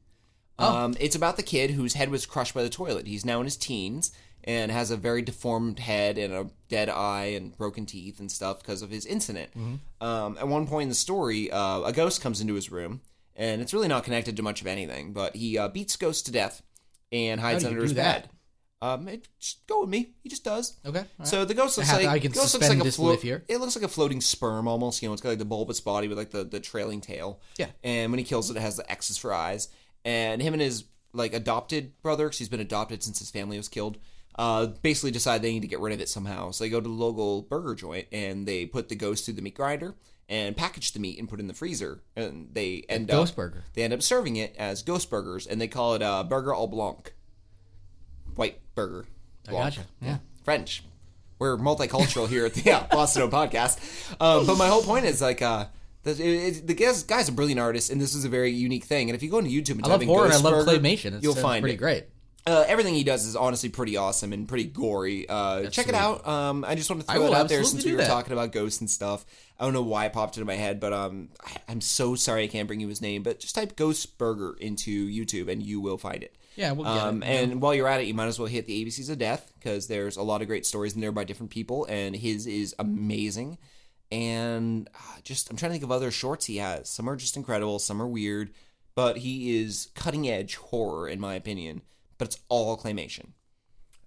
Speaker 3: Oh.
Speaker 2: Um, it's about the kid whose head was crushed by the toilet. He's now in his teens and has a very deformed head and a dead eye and broken teeth and stuff because of his incident.
Speaker 3: Mm-hmm.
Speaker 2: Um, at one point in the story, uh, a ghost comes into his room, and it's really not connected to much of anything, but he uh, beats Ghost to death and
Speaker 3: do
Speaker 2: hides
Speaker 3: you
Speaker 2: under
Speaker 3: do
Speaker 2: his
Speaker 3: that?
Speaker 2: bed. Um, it, just go with me. He just does.
Speaker 3: Okay, all right.
Speaker 2: So the ghost looks
Speaker 3: I have-
Speaker 2: like
Speaker 3: I can
Speaker 2: ghost looks
Speaker 3: suspend
Speaker 2: like a
Speaker 3: disbelief
Speaker 2: float-
Speaker 3: here.
Speaker 2: It looks like a floating sperm almost. You know, it's got like the bulbous body with like the the trailing tail.
Speaker 3: Yeah.
Speaker 2: And when he kills it, it has the X's for eyes. And him and his like adopted brother, because he's been adopted since his family was killed. Uh, basically decide they need to get rid of it somehow. So they go to the local burger joint and they put the ghost through the meat grinder and package the meat and put it in the freezer. And they end up
Speaker 3: ghost burger.
Speaker 2: They end up serving it as ghost burgers and they call it uh, burger au blanc, white burger.
Speaker 3: I
Speaker 2: Blanc.
Speaker 3: gotcha. Yeah.
Speaker 2: French. We're multicultural here at the yeah, Boston O podcast. Uh, but my whole point is like uh, the, it, it- the guy's, guy's a brilliant artist, and this is a very unique thing. And if you go into YouTube and
Speaker 3: I
Speaker 2: type
Speaker 3: love
Speaker 2: in
Speaker 3: horror. and I
Speaker 2: Ghost
Speaker 3: love
Speaker 2: Burger,
Speaker 3: claymation. It's,
Speaker 2: you'll
Speaker 3: it's
Speaker 2: find
Speaker 3: pretty
Speaker 2: it.
Speaker 3: great.
Speaker 2: Uh, everything he does is honestly pretty awesome and pretty gory. Uh, check it out. Um, I just wanted to
Speaker 3: I
Speaker 2: throw it
Speaker 3: will
Speaker 2: out there
Speaker 3: absolutely
Speaker 2: since
Speaker 3: do
Speaker 2: we were
Speaker 3: that.
Speaker 2: talking about ghosts and stuff. I don't know why it popped into my head, but um, I, I'm so sorry I can't bring you his name. But just type Ghost Burger into YouTube and you will find it.
Speaker 3: Yeah, we'll get
Speaker 2: um,
Speaker 3: it.
Speaker 2: And while you're at it, you might as well hit the ABCs of Death because there's a lot of great stories in there by different people, and his is amazing. And uh, just, I'm trying to think of other shorts he has. Some are just incredible, some are weird, but he is cutting edge horror, in my opinion. But it's all claymation.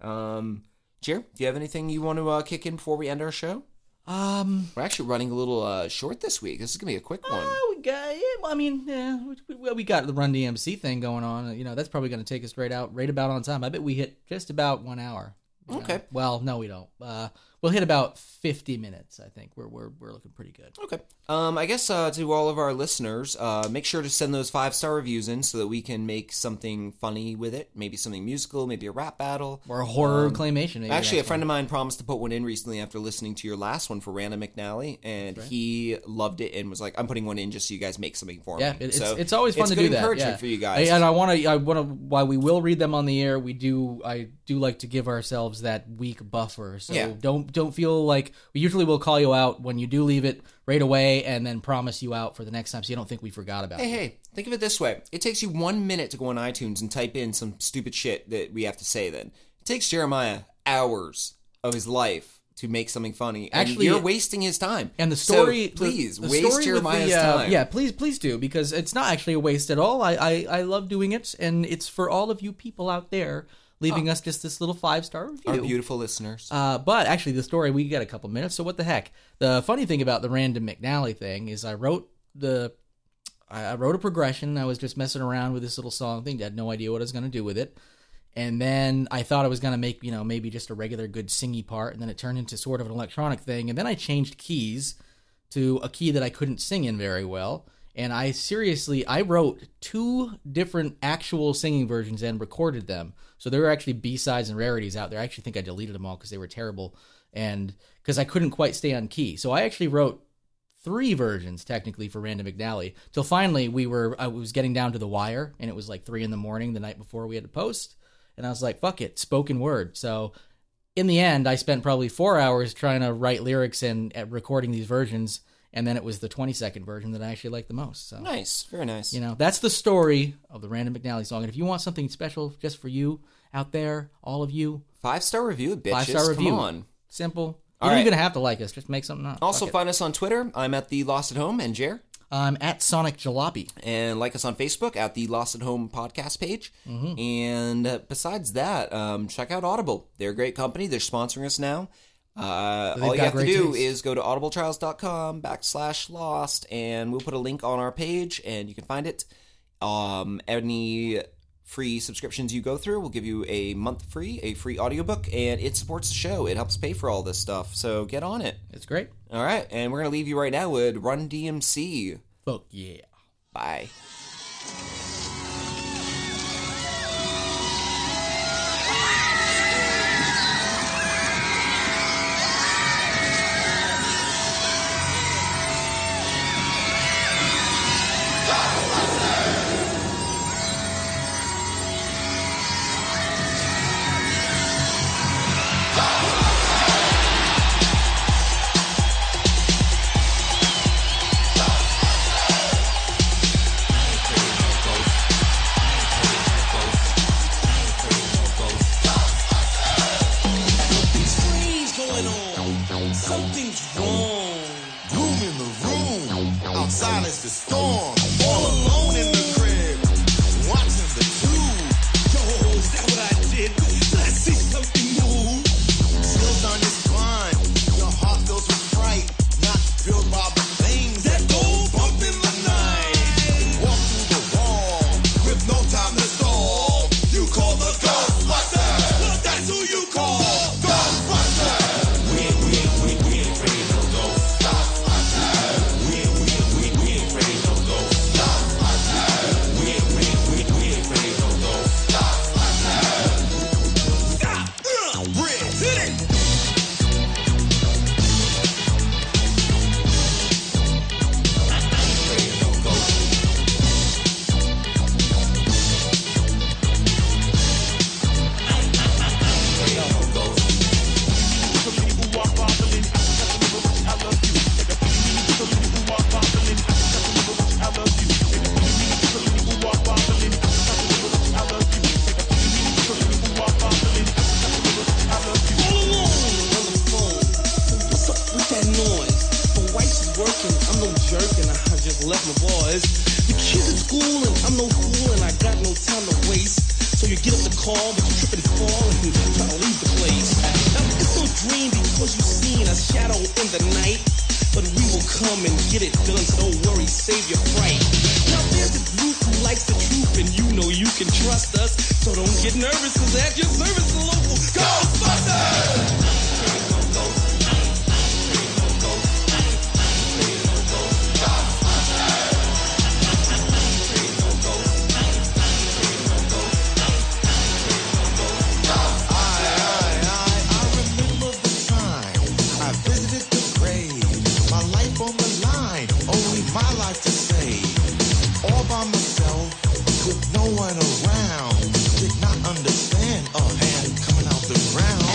Speaker 2: Um, Jer, do you have anything you want to uh, kick in before we end our show?
Speaker 3: Um,
Speaker 2: We're actually running a little uh, short this week. This is gonna be a quick one.
Speaker 3: Oh, we got. Yeah, well, I mean, yeah, we, we- well, we got the Run DMC thing going on. You know, that's probably going to take us right out, right about on time. I bet we hit just about one hour. you know.
Speaker 2: Okay.
Speaker 3: Well, no, we don't. Uh, we'll hit about fifty minutes. I think we're we're we're looking pretty good.
Speaker 2: Okay. Um, I guess uh, to all of our listeners, uh, make sure to send those five star reviews in so that we can make something funny with it. Maybe something musical, maybe a rap battle.
Speaker 3: Or a horror claymation. Maybe
Speaker 2: Um, Actually, a
Speaker 3: next
Speaker 2: friend of mine promised to put one in recently after listening to your last one for Randa McNally, and he loved it and was like, "I'm putting one in just so you guys make something for
Speaker 3: one. Yeah,
Speaker 2: me."
Speaker 3: it- it's,
Speaker 2: so
Speaker 3: it's always fun
Speaker 2: it's
Speaker 3: to
Speaker 2: good
Speaker 3: do that.
Speaker 2: encouragement
Speaker 3: yeah.
Speaker 2: for you guys.
Speaker 3: I- and I want to, I want to. While we will read them on the air, we do, I do like to give ourselves that week buffer. So
Speaker 2: Yeah.
Speaker 3: don't don't feel like we usually will call you out when you do leave it right away, and then promise you out for the next time, so you don't think we forgot about.
Speaker 2: Hey,
Speaker 3: you.
Speaker 2: hey, think of it this way. It takes you one minute to go on iTunes and type in some stupid shit that we have to say then. It takes Jeremiah hours of his life to make something funny. and
Speaker 3: Actually-
Speaker 2: you're wasting his time.
Speaker 3: And the
Speaker 2: So
Speaker 3: story, the-
Speaker 2: please,
Speaker 3: the story
Speaker 2: waste
Speaker 3: with
Speaker 2: Jeremiah's
Speaker 3: the, uh,
Speaker 2: time.
Speaker 3: Yeah, please, please do because it's not actually a waste at all. I, I, I love doing it, and it's for all of you people out there leaving us just this little five star review.
Speaker 2: Our beautiful listeners.
Speaker 3: Uh, but actually, the story we got a couple minutes, so what the heck? The funny thing about the random McNally thing is, I wrote the, I I wrote a progression. I was just messing around with this little song thing. I had no idea what I was gonna do with it, and then I thought I was gonna make you know maybe just a regular good singy part, and then it turned into sort of an electronic thing, and then I changed keys to a key that I couldn't sing in very well. And I seriously, I wrote two different actual singing versions and recorded them. So there were actually B sides and rarities out there. I actually think I deleted them all because they were terrible and because I couldn't quite stay on key. So I actually wrote three versions technically for Randa McNally till finally we were, I was getting down to the wire and it was like three in the morning the night before we had to post. And I was like, fuck it, spoken word. So in the end, I spent probably four hours trying to write lyrics and uh, recording these versions, and then it was the 20 second version that I actually liked the most. So
Speaker 2: Nice, very nice.
Speaker 3: you know that's the story of the Random McNally song. And if you want something special just for you out there, all of you,
Speaker 2: Five star review, bitches.
Speaker 3: five star review.
Speaker 2: Come on.
Speaker 3: Simple. You
Speaker 2: All
Speaker 3: don't
Speaker 2: right.
Speaker 3: even have to like us. Just make something up.
Speaker 2: Also,
Speaker 3: Fuck it.
Speaker 2: find us on Twitter. I'm at the Lost at Home and Jer,
Speaker 3: I'm at Sonic Jalopy.
Speaker 2: and like us on Facebook at the Lost at Home podcast page.
Speaker 3: Mm-hmm.
Speaker 2: And uh, besides that, um, check out Audible. They're a great company. They're sponsoring us now. Uh, all you
Speaker 3: got
Speaker 2: have to
Speaker 3: great
Speaker 2: do
Speaker 3: taste.
Speaker 2: is go to audibletrials.com backslash lost, and we'll put a link on our page, and you can find it. Um, any free subscriptions you go through will give you a month free, a free audiobook, and it supports the show. It helps pay for all this stuff. So get on it.
Speaker 3: It's great.
Speaker 2: All right, and we're gonna leave you right now with Run DMC.
Speaker 3: Fuck yeah.
Speaker 2: Bye.
Speaker 7: screams going on. Something's wrong. Doom in the room. Outside is the storm. All alone in the crib. Watching the tube. Yo, is that what I did? Did I see something new? Chills on your spine. Your heart fills with fright. Not filled by the things that go bump in the night. Walk through the wall with no time to stall. You call the Ghostbusters. Look, that's who you call. Ghostbusters. We ain't, we ain't, we, we ain't afraid of no Ghostbusters. We ain't, we ain't, we, we ain't afraid of no Ghostbusters. We ain't, we ain't, we, we ain't afraid of no Ghostbusters. Stop. Ugh. Bridge. Hit it. all alone. On the phone. What's up with that noise? My wife's working. I'm no jerk and I just left my boys. The kids at school and I'm no fool and I got no time to waste. So you get up the call, but you trip and fall and you try to leave the place. Now it's no dream because you seen a shadow in the night. But we will come and get it done, so don't worry, save your fright. Now there's the group who likes the truth and you know you can trust us. So don't get nervous, cause at your service the local Ghostbusters! I remember the time I visited the grave. My life on the line, only my life to save. All by myself, with no one around. Did not understand a hand coming out the ground.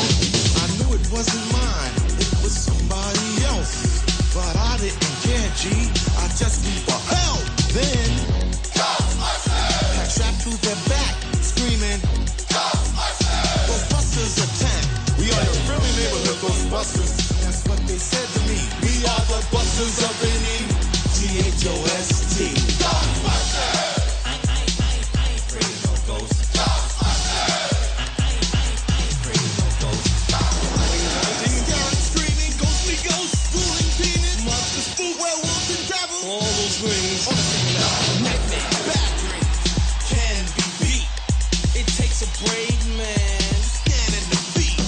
Speaker 7: I knew it wasn't mine, it was somebody else. But I didn't care, G. I just need for help. Then Ghostbusters! I trapped to their back, screaming Ghostbusters! Ghostbusters attack. We are your friendly neighborhood Ghostbusters. That's what they said to me. We are the busters of any G-H-O-S-T. Ghostbusters! All those rings Nightmare, battery, can be beat. It takes a brave man standing the beat.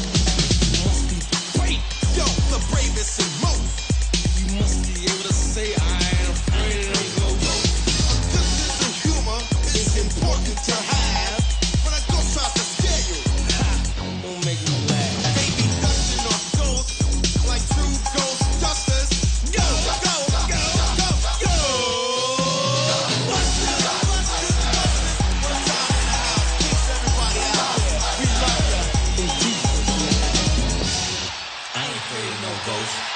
Speaker 7: You must be brave, yo, the bravest and most. You must be able to say I ain't afraid of no ghost. A good sense of humor is important to have. When a ghost tries to scare you, ha, don't make me laugh. They be dusting off ghosts like true ghost dusters. Yo, go, go, go, go. I ain't afraid of no ghost.